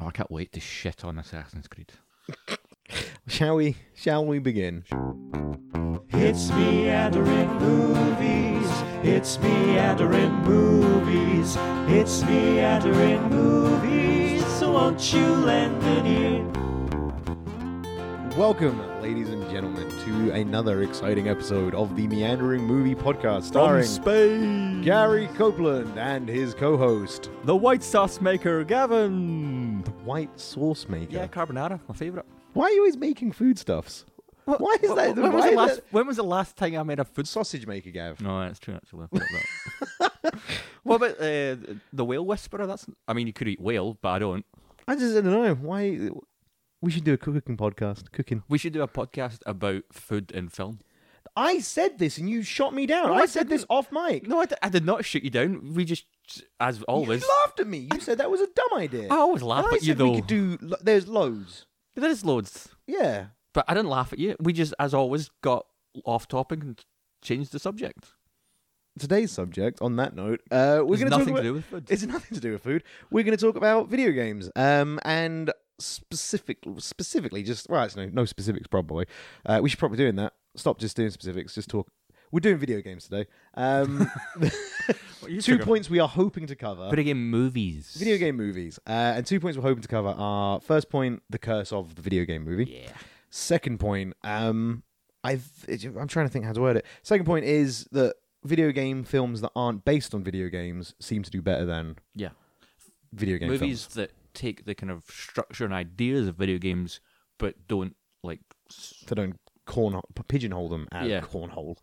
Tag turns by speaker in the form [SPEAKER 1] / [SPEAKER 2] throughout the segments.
[SPEAKER 1] Oh, I can't wait to shit on Assassin's Creed.
[SPEAKER 2] Shall we? Shall we begin?
[SPEAKER 3] It's Meandering Movies. It's Meandering Movies. It's Meandering Movies. So won't you lend an ear?
[SPEAKER 2] Welcome, ladies and gentlemen, to another exciting episode of the Meandering Movie Podcast, starring
[SPEAKER 3] Spain.
[SPEAKER 2] Gary Copeland and his co-host,
[SPEAKER 3] The White Sauce Maker, Gavin.
[SPEAKER 2] White Sauce Maker.
[SPEAKER 3] Yeah, carbonara, my favorite.
[SPEAKER 2] Why are you always making foodstuffs? Why is that?
[SPEAKER 3] When was,
[SPEAKER 2] why
[SPEAKER 3] the
[SPEAKER 2] is
[SPEAKER 3] last,
[SPEAKER 2] that-
[SPEAKER 3] when was the last time I made a food?
[SPEAKER 2] Sausage maker, Gav.
[SPEAKER 1] No, that's true, actually. I forgot that.
[SPEAKER 3] What about uh, the whale whisperer? That's
[SPEAKER 1] I mean, you could eat whale, but I don't.
[SPEAKER 2] I just don't know why. We should do a cooking podcast. Cooking.
[SPEAKER 1] We should do a podcast about food and film.
[SPEAKER 2] I said this and you shot me down.
[SPEAKER 1] No, I
[SPEAKER 2] I said this off mic.
[SPEAKER 1] No, I, d- I did not shoot you down. We just, as always,
[SPEAKER 2] You laughed at me. You said that was a dumb idea.
[SPEAKER 1] I always Oh, laugh
[SPEAKER 2] And I
[SPEAKER 1] at you
[SPEAKER 2] said we
[SPEAKER 1] though.
[SPEAKER 2] could do. lo- There's loads.
[SPEAKER 1] There's loads,
[SPEAKER 2] Yeah.
[SPEAKER 1] but I didn't laugh at you. We just, as always, got off topic and changed the subject.
[SPEAKER 2] Today's subject. On that note, uh, we're
[SPEAKER 1] It's
[SPEAKER 2] going
[SPEAKER 1] nothing
[SPEAKER 2] talk
[SPEAKER 1] to
[SPEAKER 2] about-
[SPEAKER 1] do with food.
[SPEAKER 2] It's nothing to do with food. We're going to talk about video games. Um, and specific, specifically, just well, it's no, no specifics probably. Uh, we should probably doing that. Stop just doing specifics. Just talk. We're doing video games today. Um, two points we are hoping to cover.
[SPEAKER 1] Video game movies.
[SPEAKER 2] Video game movies. Uh, and two points we're hoping to cover are first point, the curse of the video game movie.
[SPEAKER 1] Yeah.
[SPEAKER 2] Second point, um, I've, I'm trying to think how to word it. Second point is that video game films that aren't based on video games seem to do better than
[SPEAKER 1] Yeah.
[SPEAKER 2] video game
[SPEAKER 1] movies that take the kind of structure and ideas of video games, but don't like. s-
[SPEAKER 2] films. They don't corn pigeonhole them as
[SPEAKER 1] Yeah.
[SPEAKER 2] cornhole.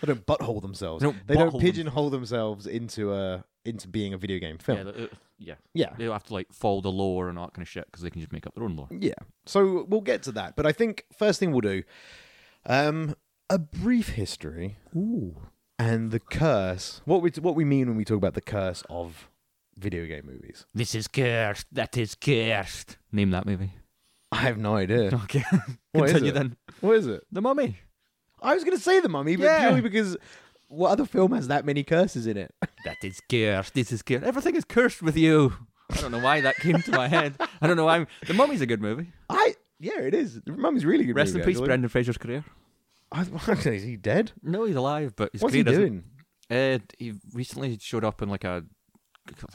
[SPEAKER 2] they don't butthole themselves.
[SPEAKER 1] They don't
[SPEAKER 2] they don't
[SPEAKER 1] butthole them.
[SPEAKER 2] pigeonhole themselves into a into being a video game film.
[SPEAKER 1] Yeah, th- uh, yeah,
[SPEAKER 2] yeah.
[SPEAKER 1] they don't have to like follow the lore and all that kind of shit because they can just make up their own lore.
[SPEAKER 2] Yeah. So we'll get to that. But I think first thing we'll do um a brief history
[SPEAKER 1] Ooh,
[SPEAKER 2] and the curse. What we what we mean when we talk about the curse of video game movies.
[SPEAKER 1] this is cursed. That is cursed. Name that movie.
[SPEAKER 2] I have no idea.
[SPEAKER 1] Okay,
[SPEAKER 2] What is
[SPEAKER 1] continue
[SPEAKER 2] it?
[SPEAKER 1] then.
[SPEAKER 2] what is it?
[SPEAKER 1] The Mummy.
[SPEAKER 2] I was going to say the mummy, but
[SPEAKER 1] Yeah.
[SPEAKER 2] purely because what other film has that many curses in it?
[SPEAKER 1] That is cursed. This is cursed. Everything is cursed with you. I don't know why that came to my head. I don't know why. I'm... The Mummy's a good movie.
[SPEAKER 2] I yeah, it is. The mummy's really good.
[SPEAKER 1] Rest
[SPEAKER 2] movie,
[SPEAKER 1] in peace,
[SPEAKER 2] actually.
[SPEAKER 1] Brendan Fraser's career.
[SPEAKER 2] I, is he dead?
[SPEAKER 1] No, he's alive, but his
[SPEAKER 2] What's
[SPEAKER 1] career
[SPEAKER 2] he
[SPEAKER 1] isn't.
[SPEAKER 2] doing?
[SPEAKER 1] Uh, he recently showed up in like a,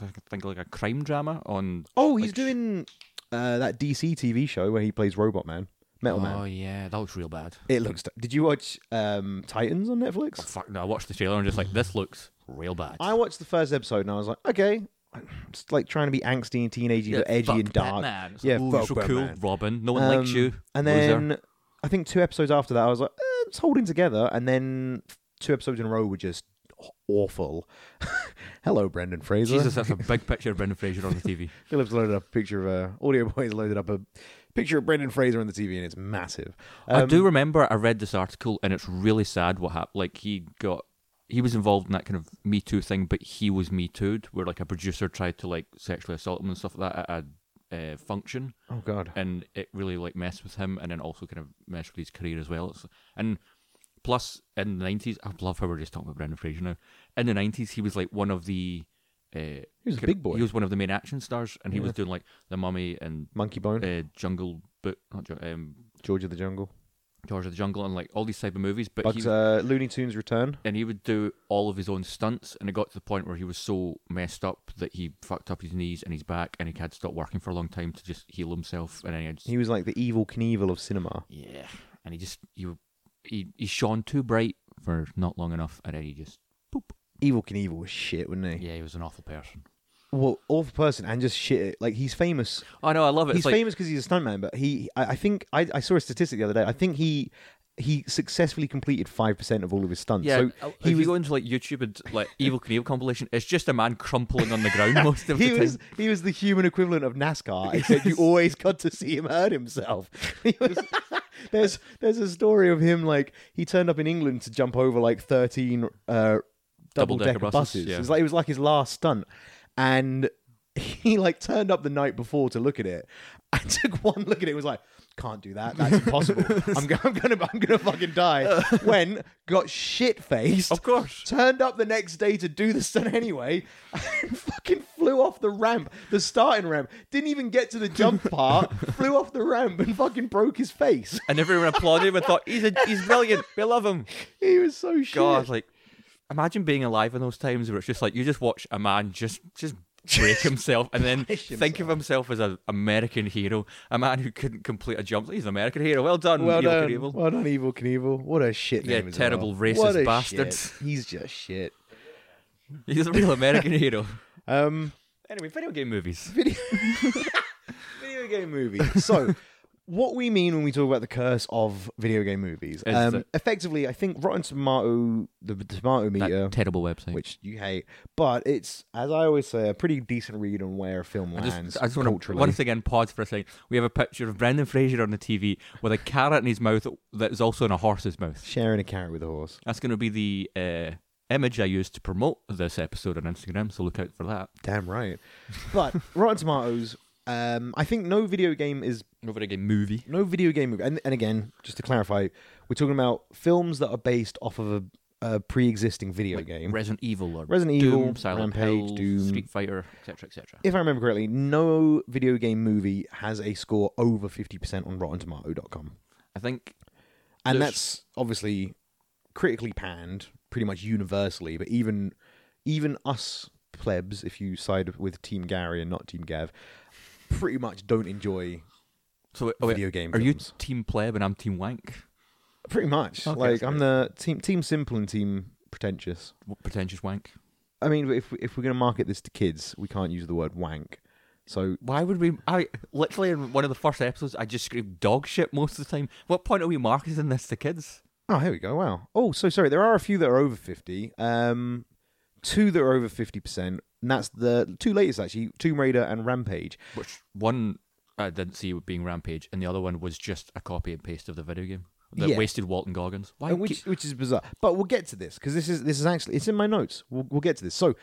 [SPEAKER 1] I think like a crime drama on.
[SPEAKER 2] Oh, he's
[SPEAKER 1] Like-
[SPEAKER 2] doing uh, that DC TV show where he plays Robot Man, Metal Oh,
[SPEAKER 1] Ah.
[SPEAKER 2] Man.
[SPEAKER 1] Oh, yeah, that looks real bad.
[SPEAKER 2] It looks. Did you watch um, Titans on Netflix?
[SPEAKER 1] Fuck no! I watched the trailer and just like this looks real bad.
[SPEAKER 2] I watched the first episode and I was like, okay, it's like trying to be angsty and teenagey, but edgy
[SPEAKER 1] fuck
[SPEAKER 2] and dark.
[SPEAKER 1] Batman. It's
[SPEAKER 2] Yeah,
[SPEAKER 1] like, "Ooh,
[SPEAKER 2] fuck
[SPEAKER 1] you're so cool,
[SPEAKER 2] Batman."
[SPEAKER 1] Robin. No one likes
[SPEAKER 2] Um,
[SPEAKER 1] you.
[SPEAKER 2] And
[SPEAKER 1] loser."
[SPEAKER 2] then I think two episodes after that, I was like, eh, it's holding together. And then two episodes in a row were just awful. Hello, Brendan Fraser.
[SPEAKER 1] Jesus, that's a big picture of Brendan Fraser on the TV.
[SPEAKER 2] Philip's loaded up a picture of uh, Audio Boys loaded up a picture of Brendan Fraser on the TV, and it's massive.
[SPEAKER 1] I
[SPEAKER 2] Um,
[SPEAKER 1] do remember I read this article and it's really sad what happened. Like he got, he was involved in that kind of Me Too thing, but he was Me Too'd, where like a producer tried to like sexually assault him and stuff like that at a uh, function.
[SPEAKER 2] Oh God.
[SPEAKER 1] and it really like messed with him, and then also kind of messed with his career as well. It's, and plus, in the nineties, I love how we're just talking about Brendan Fraser now. In the nineties, he was like one of the uh, he
[SPEAKER 2] was a big boy.
[SPEAKER 1] He was one of the main action stars, and he was doing like The Mummy and
[SPEAKER 2] Monkey Bone,
[SPEAKER 1] uh, Jungle, but not Ju- um,
[SPEAKER 2] George of the Jungle,
[SPEAKER 1] George of the Jungle, and like all these type of movies. But he
[SPEAKER 2] Bugs,
[SPEAKER 1] was-
[SPEAKER 2] uh, Looney Tunes Return.
[SPEAKER 1] and he would do all of his own stunts, and it got to the point where he was so messed up that he fucked up his knees and his back, and he had to stop working for a long time to just heal himself. And then he had
[SPEAKER 2] He was like the evil Knievel of cinema.
[SPEAKER 1] Yeah, and he just you he he shone too bright for not long enough, and then he just poop.
[SPEAKER 2] Evil Knievel was shit, wasn't he?
[SPEAKER 1] Yeah, he was an awful person.
[SPEAKER 2] Well, awful person and just shit. Like he's famous.
[SPEAKER 1] I know, I love it.
[SPEAKER 2] he's
[SPEAKER 1] it's like,
[SPEAKER 2] famous because he's a stuntman, but he, I, I think, I, I saw a statistic the other day. I think he, he successfully completed five percent of all of his stunts.
[SPEAKER 1] Yeah,
[SPEAKER 2] so
[SPEAKER 1] so
[SPEAKER 2] he
[SPEAKER 1] if you
[SPEAKER 2] was,
[SPEAKER 1] go into like YouTube and like Evil Knievel compilation, it's just a man crumpling on the ground most of
[SPEAKER 2] he
[SPEAKER 1] the
[SPEAKER 2] was,
[SPEAKER 1] time.
[SPEAKER 2] he was the human equivalent of NASCAR, except you always got to see him hurt himself. He was- there's, there's a story of him like he turned up in England to jump over like thirteen uh, double
[SPEAKER 1] Double-decker
[SPEAKER 2] decker buses.
[SPEAKER 1] buses, yeah.
[SPEAKER 2] It was like it was like his last stunt, and he like turned up the night before to look at it. I took one look at it and was like, can't do that. That's impossible. I'm, go- I'm gonna I'm gonna fucking die. When got shit faced.
[SPEAKER 1] Of course.
[SPEAKER 2] Turned up the next day to do the stunt anyway, and fucking flew off the ramp, the starting ramp. Didn't even get to the jump part. flew off the ramp and fucking broke his face.
[SPEAKER 1] And everyone applauded him and thought, he's a, he's brilliant. We love him.
[SPEAKER 2] He was so shit.
[SPEAKER 1] God, like, imagine being alive in those times where it's just like you just watch a man just just break himself and then
[SPEAKER 2] Punish
[SPEAKER 1] think of himself as an American hero, a man who couldn't complete a jump. He's an American hero. Well done,
[SPEAKER 2] Well
[SPEAKER 1] evil
[SPEAKER 2] done,
[SPEAKER 1] Knievel.
[SPEAKER 2] well done, Evil Knievel. What a shit
[SPEAKER 1] Yeah,
[SPEAKER 2] name! as
[SPEAKER 1] terrible
[SPEAKER 2] well.
[SPEAKER 1] racist
[SPEAKER 2] What a
[SPEAKER 1] bastards.
[SPEAKER 2] shit. He's just shit.
[SPEAKER 1] He's a real American hero.
[SPEAKER 2] Um,
[SPEAKER 1] Anyway, video game movies.
[SPEAKER 2] video, video game movie. So, what we mean when we talk about the curse of video game movies?
[SPEAKER 1] Is
[SPEAKER 2] Um,
[SPEAKER 1] that-
[SPEAKER 2] effectively, I think Rotten Tomato, the tomato
[SPEAKER 1] That
[SPEAKER 2] meter,
[SPEAKER 1] terrible website.
[SPEAKER 2] which you hate, but it's as I always say, a pretty decent read on where a film
[SPEAKER 1] I
[SPEAKER 2] lands
[SPEAKER 1] just, I just want to
[SPEAKER 2] culturally.
[SPEAKER 1] once again pause for a second. We have a picture of Brendan Fraser on the TV with a carrot in his mouth that is also in a horse's mouth.
[SPEAKER 2] Sharing a carrot with a horse.
[SPEAKER 1] That's going to be the uh, image I use to promote this episode on Instagram. So look out for that.
[SPEAKER 2] Damn right. But Rotten Tomatoes. Um, I think no video game is
[SPEAKER 1] Over again, movie.
[SPEAKER 2] No video game movie. And, and again, just to clarify, we're talking about films that are based off of a, a pre existing video game.
[SPEAKER 1] Resident Evil or
[SPEAKER 2] Resident
[SPEAKER 1] Doom,
[SPEAKER 2] Evil,
[SPEAKER 1] Silent
[SPEAKER 2] Rampage,
[SPEAKER 1] Hill,
[SPEAKER 2] Doom.
[SPEAKER 1] Street Fighter, etc., etc.
[SPEAKER 2] if I remember correctly, no video game movie has a score over 50% on RottenTomato.com.
[SPEAKER 1] I think
[SPEAKER 2] And
[SPEAKER 1] There's-
[SPEAKER 2] that's obviously critically panned pretty much universally, but even even us plebs, if you side with Team Gary and not Team Gav, pretty much don't enjoy
[SPEAKER 1] so. wait- oh, wait,
[SPEAKER 2] video game
[SPEAKER 1] Are you
[SPEAKER 2] films.
[SPEAKER 1] Team Pleb and I'm Team Wank?
[SPEAKER 2] pretty much.
[SPEAKER 1] Okay,
[SPEAKER 2] like
[SPEAKER 1] so-
[SPEAKER 2] I'm the team team simple and team pretentious.
[SPEAKER 1] W- Pretentious Wank.
[SPEAKER 2] I mean, if we- if we're going to market this to kids, we can't use the word wank. So
[SPEAKER 1] Why would we? I literally in one of the first episodes, I just screamed dog shit most of the time. What point are we marketing this to kids?
[SPEAKER 2] oh, here we go. Wow. Oh, so sorry. There are a few that are over fifty. Um, two that are over fifty percent. And that's the two latest actually: Tomb Raider and Rampage.
[SPEAKER 1] Which one I didn't see being Rampage, and the other one was just a copy and paste of the video game that
[SPEAKER 2] Yeah.
[SPEAKER 1] wasted Walton Goggins. Why?
[SPEAKER 2] And which
[SPEAKER 1] keep-
[SPEAKER 2] which is bizarre. But we'll get to this because this is this is actually it's in my notes. We'll, we'll get to this. So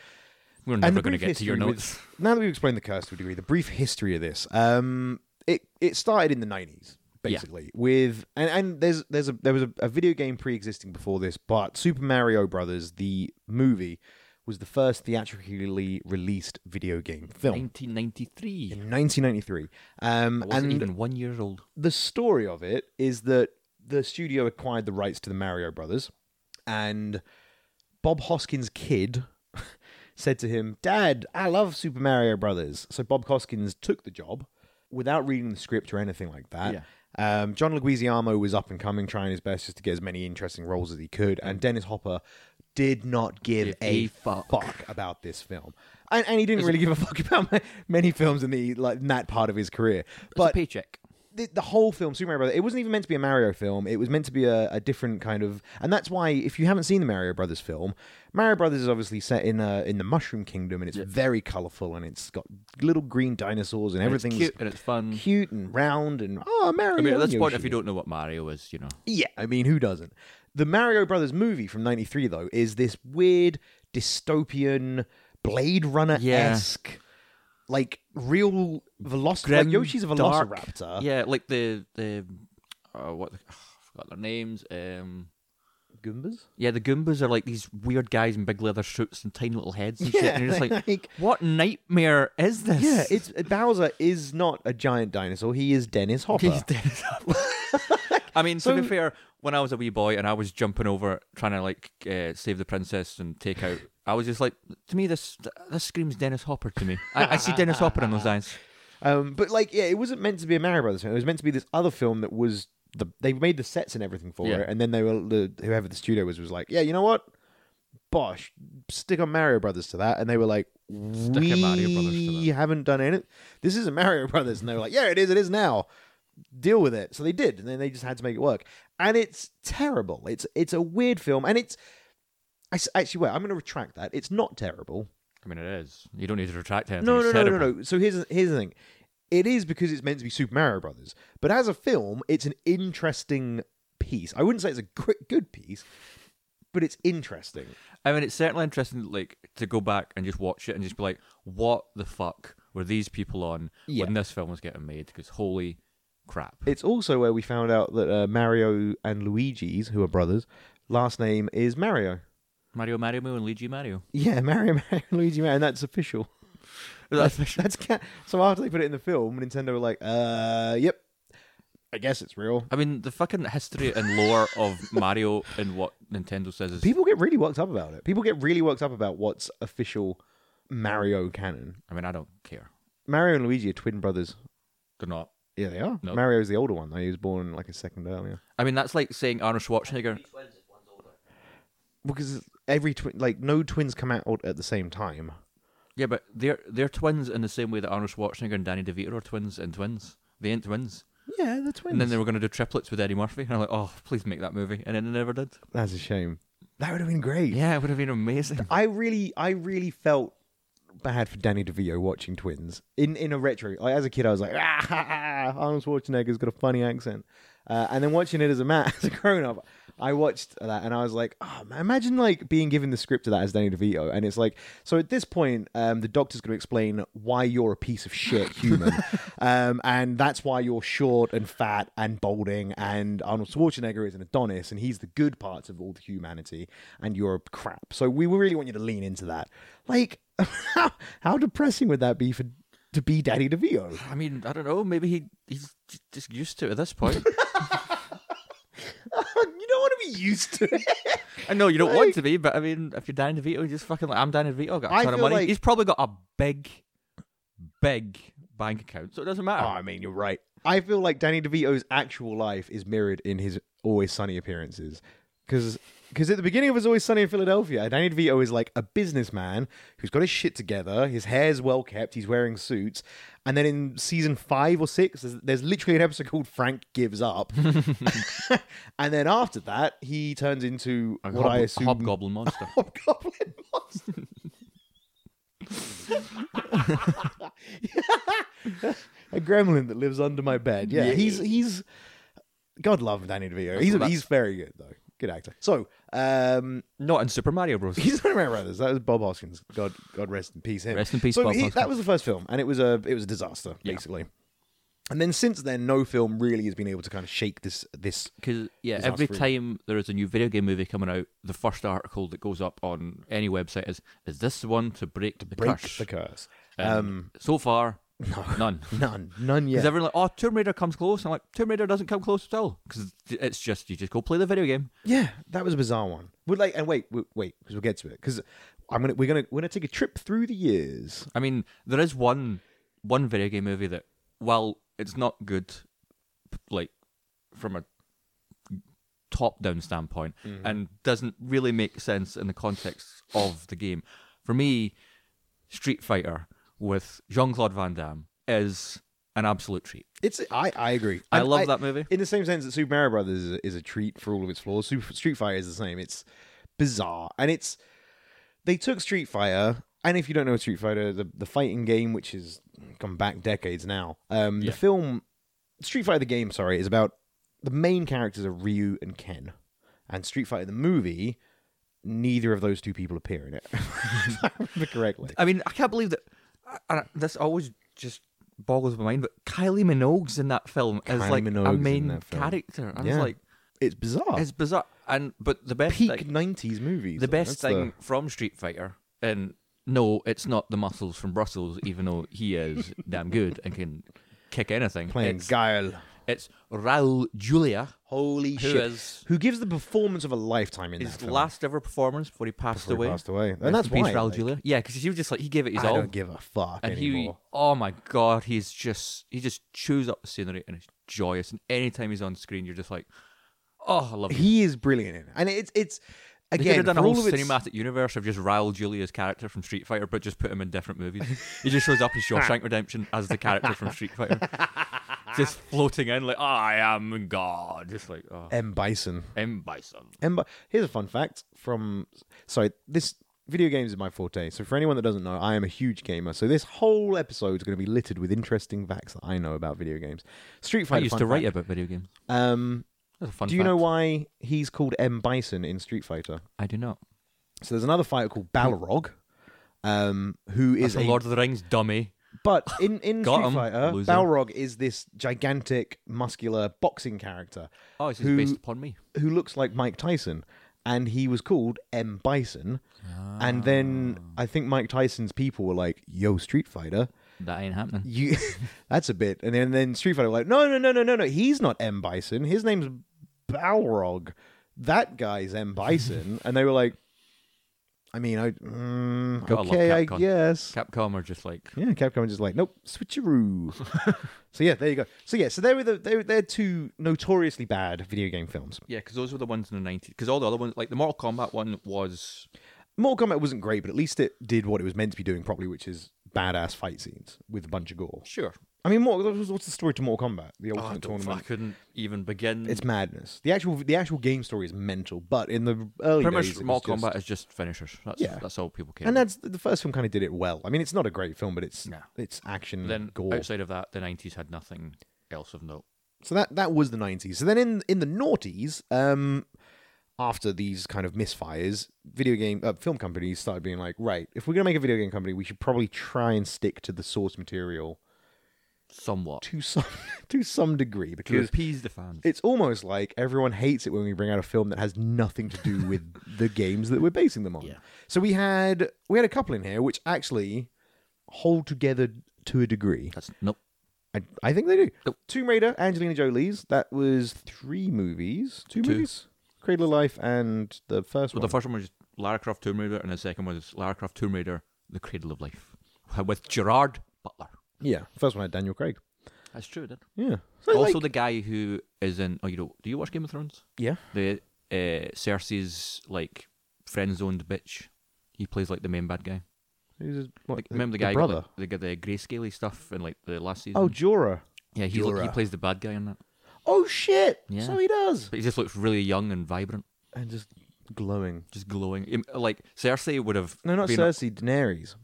[SPEAKER 1] we're
[SPEAKER 2] and
[SPEAKER 1] never
[SPEAKER 2] the
[SPEAKER 1] going to
[SPEAKER 2] brief
[SPEAKER 1] get to your
[SPEAKER 2] history with-
[SPEAKER 1] notes.
[SPEAKER 2] now that we've explained the curse to a degree, the brief history of this, um, it it started in the nineties basically with and, and there's there's a there was a, a video game pre-existing before this, but Super Mario Brothers the movie was the first theatrically released video game film.
[SPEAKER 1] 1993.
[SPEAKER 2] In 1993,
[SPEAKER 1] I
[SPEAKER 2] um, and
[SPEAKER 1] wasn't even one year old.
[SPEAKER 2] the story of it is that the studio acquired the rights to the Mario Brothers, and Bob Hoskins' kid said to him, "Dad, I love Super Mario Brothers." So Bob Hoskins took the job without reading the script or anything like that. Um, John Leguizamo was up and coming, trying his best just to get as many interesting roles as he could, and Dennis Hopper did not give
[SPEAKER 1] Give
[SPEAKER 2] a,
[SPEAKER 1] a fuck.
[SPEAKER 2] about this film, and, and he didn't really give a fuck about ma- many films in the like in that part of his career. But
[SPEAKER 1] paycheck.
[SPEAKER 2] the, the whole film, Super Mario Brothers, it wasn't even meant to be a Mario film. It was meant to be a, a different kind of, and that's why if you haven't seen the Mario Brothers film, Mario Brothers is obviously set in uh, in the Mushroom Kingdom, and it's very colourful, and it's got little green dinosaurs, and everything's
[SPEAKER 1] cute and it's fun.
[SPEAKER 2] cute and round, and oh
[SPEAKER 1] I
[SPEAKER 2] Mario.
[SPEAKER 1] mean, at
[SPEAKER 2] and
[SPEAKER 1] this point, if
[SPEAKER 2] Yoshi.
[SPEAKER 1] you don't know what Mario is, you know.
[SPEAKER 2] Yeah, I mean, who doesn't? The Mario Brothers movie from '93 though is this weird dystopian Blade Runner esque, like real velociraptor. Like
[SPEAKER 1] Grim,
[SPEAKER 2] Yoshi's a
[SPEAKER 1] dark.
[SPEAKER 2] velociraptor.
[SPEAKER 1] Yeah, like the the uh, what the, I forgot their names. Um,
[SPEAKER 2] Goombas.
[SPEAKER 1] yeah, the Goombas are like these weird guys in big leather suits and tiny little heads and shit.
[SPEAKER 2] Yeah,
[SPEAKER 1] And you're just like,
[SPEAKER 2] like-
[SPEAKER 1] what nightmare is this?
[SPEAKER 2] Yeah, it's Bowser is not a giant dinosaur. He is Dennis Hopper.
[SPEAKER 1] He's dead. I mean, to
[SPEAKER 2] So-
[SPEAKER 1] be fair, when I was a wee boy and I was jumping over trying to like uh, save the princess and take out, I was just like, to me, this this screams Dennis Hopper to me. I, I see Dennis Hopper in those eyes.
[SPEAKER 2] Um, but like, yeah, it wasn't meant to be a Mario Brothers film. It was meant to be this other film that was the they made the sets and everything for
[SPEAKER 1] Yeah.
[SPEAKER 2] it, and then they were the whoever the studio was was like, yeah, you know what, Bosh, stick on Mario Brothers to that, and they were like, we
[SPEAKER 1] a Mario Brothers to that."
[SPEAKER 2] haven't done any. This isn't Mario Brothers, and they were like, yeah, it is, it is now. Deal with it. So they did, and then they just had to make it work. And it's terrible. It's it's a weird film, and it's. I s actually, wait, I'm going to retract that. It's not terrible.
[SPEAKER 1] I mean, it is. You don't need to retract anything.
[SPEAKER 2] No,
[SPEAKER 1] It's
[SPEAKER 2] no, no, no,
[SPEAKER 1] terrible.
[SPEAKER 2] no. So here's here's the thing. It is because it's meant to be Super Mario Brothers, but as a film, it's an interesting piece. I wouldn't say it's a gr- good piece, but it's interesting.
[SPEAKER 1] I mean, it's certainly interesting, like to go back and just watch it and just be like, "What the fuck were these people on
[SPEAKER 2] Yeah.
[SPEAKER 1] when this film was getting made? Because holy crap!
[SPEAKER 2] It's also where we found out that uh, Mario and Luigi's, who are brothers, last name is Mario.
[SPEAKER 1] Mario Mario Moo and Luigi Mario.
[SPEAKER 2] Yeah, Mario, Mario and Luigi Mario, and that's official.
[SPEAKER 1] That's
[SPEAKER 2] That's ca- so after they put it in the film, Nintendo were like, "Uh, yep, I guess it's real."
[SPEAKER 1] I mean, the fucking history and lore of Mario and what Nintendo says is.
[SPEAKER 2] People get really worked up about it. People get really worked up about what's official Mario canon.
[SPEAKER 1] I mean, I don't care.
[SPEAKER 2] Mario and Luigi are twin brothers.
[SPEAKER 1] They're not.
[SPEAKER 2] Yeah, they are.
[SPEAKER 1] No.
[SPEAKER 2] Mario's the older one though. He was born like a second earlier.
[SPEAKER 1] I mean, that's like saying Arnold Schwarzenegger.
[SPEAKER 2] Because every twin, like no twins come out at the same time.
[SPEAKER 1] Yeah, but they're they're twins in the same way that Arnold Schwarzenegger and Danny DeVito are twins and twins. They ain't twins.
[SPEAKER 2] Yeah, they're twins.
[SPEAKER 1] And then they were going to do triplets with Eddie Murphy, and I'm like, oh, please make that movie, and then they never did.
[SPEAKER 2] That's a shame. That would have been great.
[SPEAKER 1] Yeah, it would have been amazing.
[SPEAKER 2] I really, I really felt bad for Danny DeVito watching Twins in in a retro. Like as a kid, I was like, ah, ha, ha, Arnold Schwarzenegger's got a funny accent, uh, and then watching it as a man, as a grown up, I watched that and I was like, oh, man, imagine like being given the script of that as Danny DeVito, and it's like, so at this point, um, the doctor's going to explain why you're a piece of shit human, um, and that's why you're short and fat and balding, and Arnold Schwarzenegger is an Adonis, and he's the good parts of all the humanity, and you're crap. So we really want you to lean into that, like how, how depressing would that be for to be Danny DeVito?
[SPEAKER 1] I mean, I don't know. Maybe he he's j- just used to it at this point.
[SPEAKER 2] you don't want to be used to it.
[SPEAKER 1] I know you don't want to be, but I mean, if you're Danny DeVito, you're just fucking like I'm Danny DeVito. I've got a
[SPEAKER 2] I
[SPEAKER 1] ton of
[SPEAKER 2] feel
[SPEAKER 1] money.
[SPEAKER 2] like-
[SPEAKER 1] He's probably got a big, big bank account, so it doesn't
[SPEAKER 2] oh,
[SPEAKER 1] matter.
[SPEAKER 2] I mean, you're right. I feel like Danny DeVito's actual life is mirrored in his Always Sunny appearances, because at the beginning of his Always Sunny in Philadelphia, Danny DeVito is like a businessman who's got his shit together, his hair's well kept, he's wearing suits, and then in season five or six, there's, there's literally an episode called Frank Gives Up, and then after that, he turns into
[SPEAKER 1] A
[SPEAKER 2] what
[SPEAKER 1] hob-
[SPEAKER 2] I assume
[SPEAKER 1] hobgoblin monster.
[SPEAKER 2] Hobgoblin monster. a gremlin that lives under my bed. Yeah, he's he's. God love Danny DeVito. He's
[SPEAKER 1] what
[SPEAKER 2] he's very good though. Good actor. So um,
[SPEAKER 1] Not in Super Mario Bros.
[SPEAKER 2] he's one of my brothers. That was Bob Hoskins. God God rest in peace him.
[SPEAKER 1] Rest in peace,
[SPEAKER 2] So
[SPEAKER 1] Bob
[SPEAKER 2] he-
[SPEAKER 1] Hoskins.
[SPEAKER 2] that was the first film, and it was a it was a disaster basically. And then since then, no film really has been able to kind of shake this this
[SPEAKER 1] Because yeah,
[SPEAKER 2] Disaster
[SPEAKER 1] every
[SPEAKER 2] Room.
[SPEAKER 1] time there is a new video game movie coming out, the first article that goes up on any website is: "Is this the one to break the
[SPEAKER 2] break
[SPEAKER 1] curse?"
[SPEAKER 2] the curse.
[SPEAKER 1] And so far, none.
[SPEAKER 2] None, none yet.
[SPEAKER 1] Because everyone like, oh, Tomb Raider comes close. I'm like, Tomb Raider doesn't come close at all. Because it's just you just go play the video game.
[SPEAKER 2] Yeah, that was a bizarre one. But like, and wait, wait, wait, because we'll get to it. Because I'm gonna, we're gonna, we're gonna take a trip through the years.
[SPEAKER 1] I mean, there is one one video game movie that, while it's not good, p- like from a top down standpoint, and doesn't really make sense in the context of the game. For me, Street Fighter with Jean Claude Van Damme is an absolute treat.
[SPEAKER 2] It's, I, I agree.
[SPEAKER 1] I
[SPEAKER 2] And
[SPEAKER 1] love that movie.
[SPEAKER 2] In the same sense that Super Mario Brothers is a, is a treat for all of its flaws, Super, Street Fighter is the same. It's bizarre, and it's they took Street Fighter, and if you don't know Street Fighter, the the fighting game, which has gone back decades now, um, the film Street Fighter the game, sorry, is about the main characters are Ryu and Ken, and Street Fighter the movie. Neither of those two people appear in it. if I remember correctly.
[SPEAKER 1] I mean, I can't believe that. And this always just boggles my mind. But Kylie Minogue's in that film as
[SPEAKER 2] Kylie
[SPEAKER 1] like
[SPEAKER 2] Minogue's
[SPEAKER 1] a
[SPEAKER 2] in
[SPEAKER 1] main
[SPEAKER 2] that film.
[SPEAKER 1] character. I was
[SPEAKER 2] Yeah.
[SPEAKER 1] like,
[SPEAKER 2] It's bizarre.
[SPEAKER 1] it's bizarre. And but the best
[SPEAKER 2] Oh. peak
[SPEAKER 1] thing,
[SPEAKER 2] nineties movies.
[SPEAKER 1] the
[SPEAKER 2] though.
[SPEAKER 1] best
[SPEAKER 2] That's
[SPEAKER 1] thing from Street Fighter, and no, it's not the muscles from Brussels, even though he is damn good and can kick anything.
[SPEAKER 2] the playing
[SPEAKER 1] it's,
[SPEAKER 2] Guile.
[SPEAKER 1] it's Raul Julia.
[SPEAKER 2] Holy
[SPEAKER 1] Who
[SPEAKER 2] shit!
[SPEAKER 1] is-
[SPEAKER 2] who gives the performance of a lifetime in that
[SPEAKER 1] His
[SPEAKER 2] film?
[SPEAKER 1] last ever performance before he passed
[SPEAKER 2] Before he
[SPEAKER 1] away.
[SPEAKER 2] passed away. And
[SPEAKER 1] Rest
[SPEAKER 2] that's
[SPEAKER 1] in peace,
[SPEAKER 2] why,
[SPEAKER 1] Raul
[SPEAKER 2] like,
[SPEAKER 1] Julia. Yeah, because he was just like he gave it his
[SPEAKER 2] I
[SPEAKER 1] all.
[SPEAKER 2] don't give a fuck
[SPEAKER 1] and
[SPEAKER 2] anymore.
[SPEAKER 1] he oh my god he's just he just chews up the scenery and it's joyous and anytime he's on screen you're just like oh i love
[SPEAKER 2] He,
[SPEAKER 1] it
[SPEAKER 2] is brilliant in it, and it's it's
[SPEAKER 1] they could
[SPEAKER 2] again
[SPEAKER 1] have done
[SPEAKER 2] for
[SPEAKER 1] a whole
[SPEAKER 2] all of its-
[SPEAKER 1] cinematic universe of just Raul Julia's character from Street Fighter, but just put him in different movies. He just shows up in Shawshank Redemption as the character from Street Fighter, just floating in like I am God, just like oh,
[SPEAKER 2] M Bison.
[SPEAKER 1] M Bison.
[SPEAKER 2] M. Bi- Here's a fun fact from sorry this. Video games is my forte, so for anyone that doesn't know, I am a huge gamer. So this whole episode is going to be littered with interesting facts that I know about video games. Street
[SPEAKER 1] I
[SPEAKER 2] Fighter.
[SPEAKER 1] used
[SPEAKER 2] fun
[SPEAKER 1] to write
[SPEAKER 2] fact.
[SPEAKER 1] about video games.
[SPEAKER 2] Um,
[SPEAKER 1] That's a fun.
[SPEAKER 2] do you
[SPEAKER 1] fact.
[SPEAKER 2] know why he's called M Bison in Street Fighter?
[SPEAKER 1] I do not.
[SPEAKER 2] So there's another fighter called Balrog, um, who
[SPEAKER 1] It's
[SPEAKER 2] is
[SPEAKER 1] a Lord of the Rings dummy.
[SPEAKER 2] But in, in
[SPEAKER 1] Got
[SPEAKER 2] Street
[SPEAKER 1] 'em,
[SPEAKER 2] Fighter,
[SPEAKER 1] loser.
[SPEAKER 2] Balrog is this gigantic, muscular boxing character
[SPEAKER 1] Oh, it's
[SPEAKER 2] Who-
[SPEAKER 1] just based upon me.
[SPEAKER 2] who looks like Mike Tyson, and he was called M. Bison. And then I think Mike Tyson's people were like, "Yo, Street Fighter,
[SPEAKER 1] That ain't happening.
[SPEAKER 2] you, that's a bit." And then, then Street Fighter were like, "No, no, no, no, no, no. He's not M. Bison. His name's Balrog. That guy's M. Bison." and they were like, "I mean, I mm,
[SPEAKER 1] Gotta love
[SPEAKER 2] okay, I
[SPEAKER 1] Capcom.
[SPEAKER 2] guess."
[SPEAKER 1] Capcom are just like
[SPEAKER 2] Yeah, Capcom is just like, nope, switcheroo. so yeah, there you go. So yeah, so they were the they were, they're two notoriously bad video game films.
[SPEAKER 1] yeah, because those were the ones in the '90s. Because all the other ones, like the Mortal Kombat one, was
[SPEAKER 2] Mortal Kombat wasn't great, but at least it did what it was meant to be doing properly, which is badass fight scenes with a bunch of gore.
[SPEAKER 1] sure.
[SPEAKER 2] I mean, Mortal, what's- what's the story to Mortal Kombat? The
[SPEAKER 1] Oh, I,
[SPEAKER 2] ultimate
[SPEAKER 1] don't- I
[SPEAKER 2] tournament.
[SPEAKER 1] couldn't even begin.
[SPEAKER 2] It's madness. The actual the actual game story is mental, but in the early
[SPEAKER 1] pretty
[SPEAKER 2] days,
[SPEAKER 1] much
[SPEAKER 2] it was
[SPEAKER 1] Mortal
[SPEAKER 2] just-
[SPEAKER 1] Kombat is just finishers. That's
[SPEAKER 2] Yeah.
[SPEAKER 1] that's all people care.
[SPEAKER 2] and
[SPEAKER 1] about.
[SPEAKER 2] that's the first film kind of did it well. I mean, it's not a great film, but it's
[SPEAKER 1] No.
[SPEAKER 2] it's action
[SPEAKER 1] then
[SPEAKER 2] gore.
[SPEAKER 1] outside of that, the '90s had nothing else of note.
[SPEAKER 2] so that that was the 90s so then in in the noughties um after these kind of misfires video game uh, film companies started being like right if we're going to make a video game company we should probably try and stick to the source material
[SPEAKER 1] Somewhat
[SPEAKER 2] to some to some degree
[SPEAKER 1] to
[SPEAKER 2] because
[SPEAKER 1] appease the fans.
[SPEAKER 2] it's almost like everyone hates it when we bring out a film that has nothing to do with the games that we're basing them on.
[SPEAKER 1] Yeah.
[SPEAKER 2] So we had we had a couple in here which actually hold together to a degree.
[SPEAKER 1] that's nope.
[SPEAKER 2] I, I think they do.
[SPEAKER 1] Nope.
[SPEAKER 2] Tomb Raider, Angelina Jolie's. That was three movies. Two,
[SPEAKER 1] Two.
[SPEAKER 2] movies. Cradle of Life and the first
[SPEAKER 1] Well,
[SPEAKER 2] one.
[SPEAKER 1] the first one was Lara Croft Tomb Raider, and the second one was Lara Croft Tomb Raider: The Cradle of Life with Gerard Butler.
[SPEAKER 2] yeah, first one had Daniel Craig.
[SPEAKER 1] That's true. Then.
[SPEAKER 2] Yeah. So,
[SPEAKER 1] also,
[SPEAKER 2] like-
[SPEAKER 1] the guy who is in oh, you know, do you watch Game of Thrones?
[SPEAKER 2] yeah.
[SPEAKER 1] The uh, Cersei's like friend zoned bitch. He plays like the main bad guy.
[SPEAKER 2] Who's his- what,
[SPEAKER 1] Like, remember the guy who got,
[SPEAKER 2] brother?
[SPEAKER 1] like, the, the grayscaley stuff in like the last season?
[SPEAKER 2] oh, Jorah.
[SPEAKER 1] yeah, he look, he
[SPEAKER 2] Jorah.
[SPEAKER 1] plays the bad guy in that.
[SPEAKER 2] Oh shit!
[SPEAKER 1] Yeah.
[SPEAKER 2] So he does.
[SPEAKER 1] But he just looks really young and vibrant,
[SPEAKER 2] And just glowing.
[SPEAKER 1] just glowing. Im- Like Cersei would have.
[SPEAKER 2] No, not
[SPEAKER 1] been-
[SPEAKER 2] Cersei. Daenerys.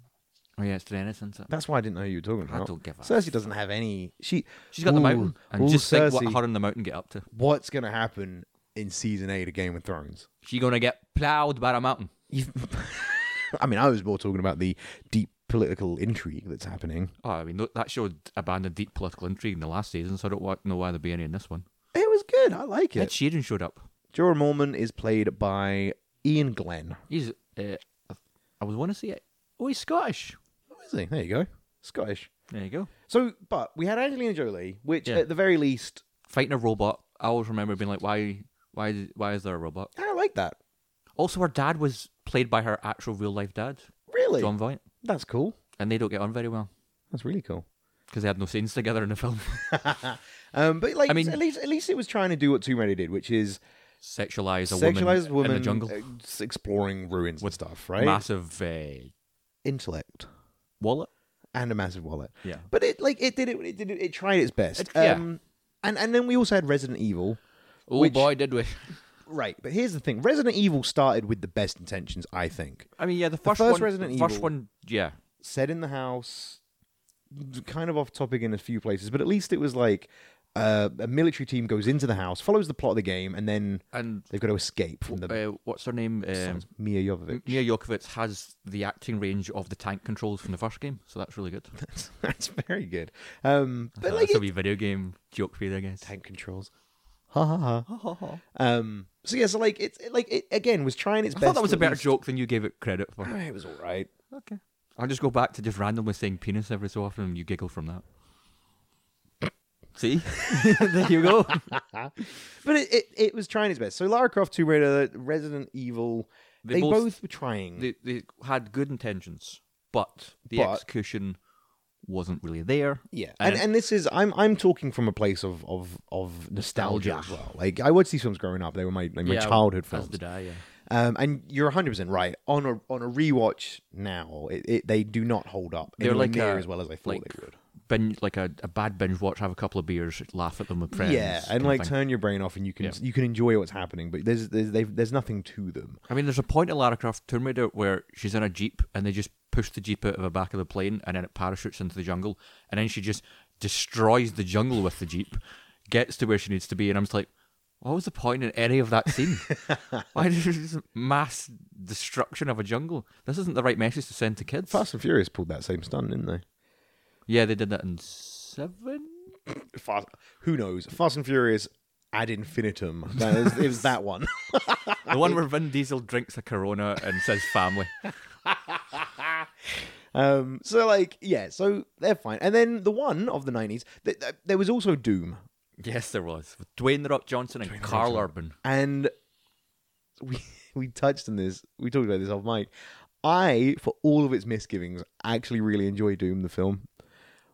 [SPEAKER 1] Oh yeah, it's Daenerys. Isn't it?
[SPEAKER 2] That's why I didn't know who you were talking
[SPEAKER 1] I
[SPEAKER 2] about.
[SPEAKER 1] don't give a
[SPEAKER 2] Cersei doesn't have any. She.
[SPEAKER 1] She's got the
[SPEAKER 2] Ooh,
[SPEAKER 1] mountain, and
[SPEAKER 2] ooh,
[SPEAKER 1] just think
[SPEAKER 2] Cersei.
[SPEAKER 1] what her and the mountain get up to.
[SPEAKER 2] What's gonna happen in season eight of Game of Thrones?
[SPEAKER 1] She gonna get plowed by a mountain.
[SPEAKER 2] You've... I mean, I was more talking about the deep political intrigue that's happening.
[SPEAKER 1] Oh, I mean, tho- that showed abandoned deep political intrigue in the last season, so I don't wa- know why there'd be any in this one.
[SPEAKER 2] It was good. I like
[SPEAKER 1] Ed
[SPEAKER 2] it.
[SPEAKER 1] Sheeran showed up.
[SPEAKER 2] Jorah Mormon is played by Ian Glenn.
[SPEAKER 1] He's, uh, I was want to see it. Oh, he's Scottish.
[SPEAKER 2] Who is he? There you go. Scottish.
[SPEAKER 1] There you go.
[SPEAKER 2] So, but we had Angelina Jolie, which
[SPEAKER 1] Yeah.
[SPEAKER 2] at the very least,
[SPEAKER 1] Fighting a robot. I always remember being like, why, why, why is there a robot?
[SPEAKER 2] I like that.
[SPEAKER 1] Also, her dad was played by her actual real life dad,
[SPEAKER 2] Really?
[SPEAKER 1] John Voight,
[SPEAKER 2] That's cool.
[SPEAKER 1] and they don't get on very well
[SPEAKER 2] That's really cool.
[SPEAKER 1] because they had no scenes together in the film.
[SPEAKER 2] Um, but like,
[SPEAKER 1] I mean-
[SPEAKER 2] at least at least it was trying to do what Tomb Raider did, which is
[SPEAKER 1] Sexualize a
[SPEAKER 2] sexualized
[SPEAKER 1] woman,
[SPEAKER 2] woman
[SPEAKER 1] in the jungle.
[SPEAKER 2] uh, s- exploring ruins with
[SPEAKER 1] With
[SPEAKER 2] stuff, right?
[SPEAKER 1] Massive uh,
[SPEAKER 2] Intellect
[SPEAKER 1] wallet.
[SPEAKER 2] and a massive wallet.
[SPEAKER 1] Yeah.
[SPEAKER 2] But it like it did it. It did it. It tried its best.
[SPEAKER 1] It- yeah.
[SPEAKER 2] Um, and and then we also had Resident Evil.
[SPEAKER 1] Oh
[SPEAKER 2] Which-
[SPEAKER 1] boy, did we!
[SPEAKER 2] Right, but here's the thing: Resident Evil started with the best intentions, I think.
[SPEAKER 1] I mean, yeah, the first,
[SPEAKER 2] first
[SPEAKER 1] one,
[SPEAKER 2] Resident
[SPEAKER 1] first
[SPEAKER 2] Evil-
[SPEAKER 1] one, yeah,
[SPEAKER 2] Said in the house, kind of off topic in a few places, but at least it was like uh, a military team goes into the house, follows the plot of the game, and then
[SPEAKER 1] and
[SPEAKER 2] they've got to escape from the
[SPEAKER 1] uh, what's her name? Um,
[SPEAKER 2] Mia Jovovich.
[SPEAKER 1] Mia Jokovic has the acting range of the tank controls from the first game, so that's really good.
[SPEAKER 2] That's very good. Um, but like
[SPEAKER 1] that's
[SPEAKER 2] it,
[SPEAKER 1] a wee video game joke for you, I guess.
[SPEAKER 2] tank controls. Ha ha ha. Um, so yeah, so like it's it, like it again was trying its
[SPEAKER 1] I
[SPEAKER 2] best.
[SPEAKER 1] thought that was
[SPEAKER 2] to
[SPEAKER 1] a
[SPEAKER 2] at
[SPEAKER 1] better
[SPEAKER 2] least-
[SPEAKER 1] joke than you gave it credit for.
[SPEAKER 2] It was all right.
[SPEAKER 1] Okay. I'll just go back to just randomly saying penis every so often and you giggle from that. See? there you go.
[SPEAKER 2] But it, it, it was trying its best. So Lara Croft, Tomb Raider, Resident Evil, they,
[SPEAKER 1] They
[SPEAKER 2] both,
[SPEAKER 1] both-
[SPEAKER 2] were trying.
[SPEAKER 1] They, they had good intentions, but the
[SPEAKER 2] But-
[SPEAKER 1] execution wasn't really there.
[SPEAKER 2] yeah, and,
[SPEAKER 1] and-
[SPEAKER 2] and this is I'm I'm talking from a place of of, of nostalgia,
[SPEAKER 1] Nostalgia.
[SPEAKER 2] as well. Like I watched these films growing up; they were my like, my childhood films.
[SPEAKER 1] As did I, yeah.
[SPEAKER 2] Um, and you're 100 percent right. On a on a rewatch now, it, it, they do not hold up.
[SPEAKER 1] They're
[SPEAKER 2] anywhere
[SPEAKER 1] like
[SPEAKER 2] near
[SPEAKER 1] a-
[SPEAKER 2] as well as I thought
[SPEAKER 1] like
[SPEAKER 2] they would.
[SPEAKER 1] Binge, like a, a bad binge watch, have a couple of beers, laugh at them with friends.
[SPEAKER 2] yeah,
[SPEAKER 1] kind
[SPEAKER 2] and
[SPEAKER 1] of
[SPEAKER 2] like
[SPEAKER 1] thing.
[SPEAKER 2] turn your brain off, and you can
[SPEAKER 1] Yeah.
[SPEAKER 2] you can enjoy what's happening. But there's there's they've, there's nothing to them.
[SPEAKER 1] I mean, there's a point in Lara Croft Tomb Raider where she's in a jeep and they just push the jeep out of the back of the plane and then it parachutes into the jungle and then she just destroys the jungle with the jeep, gets to where she needs to be, and I'm just like, what was the point in any of that scene? Why did this mass destruction of a jungle? This isn't the right message to send to kids.
[SPEAKER 2] Fast and Furious pulled that same stunt, didn't they?
[SPEAKER 1] Yeah, they did that in seven.
[SPEAKER 2] Fast, who knows? Fast and Furious ad infinitum. That is, it was that one.
[SPEAKER 1] The one where Vin Diesel drinks a Corona and says family.
[SPEAKER 2] Um, so like, yeah, so they're fine. And then the one of the nineties, th- th- there was also Doom,
[SPEAKER 1] yes, there was with Dwayne the Rock Johnson and Carl Urban.
[SPEAKER 2] and we we touched on this. We talked about this off mic. I, for all of its misgivings, actually really enjoy Doom the film,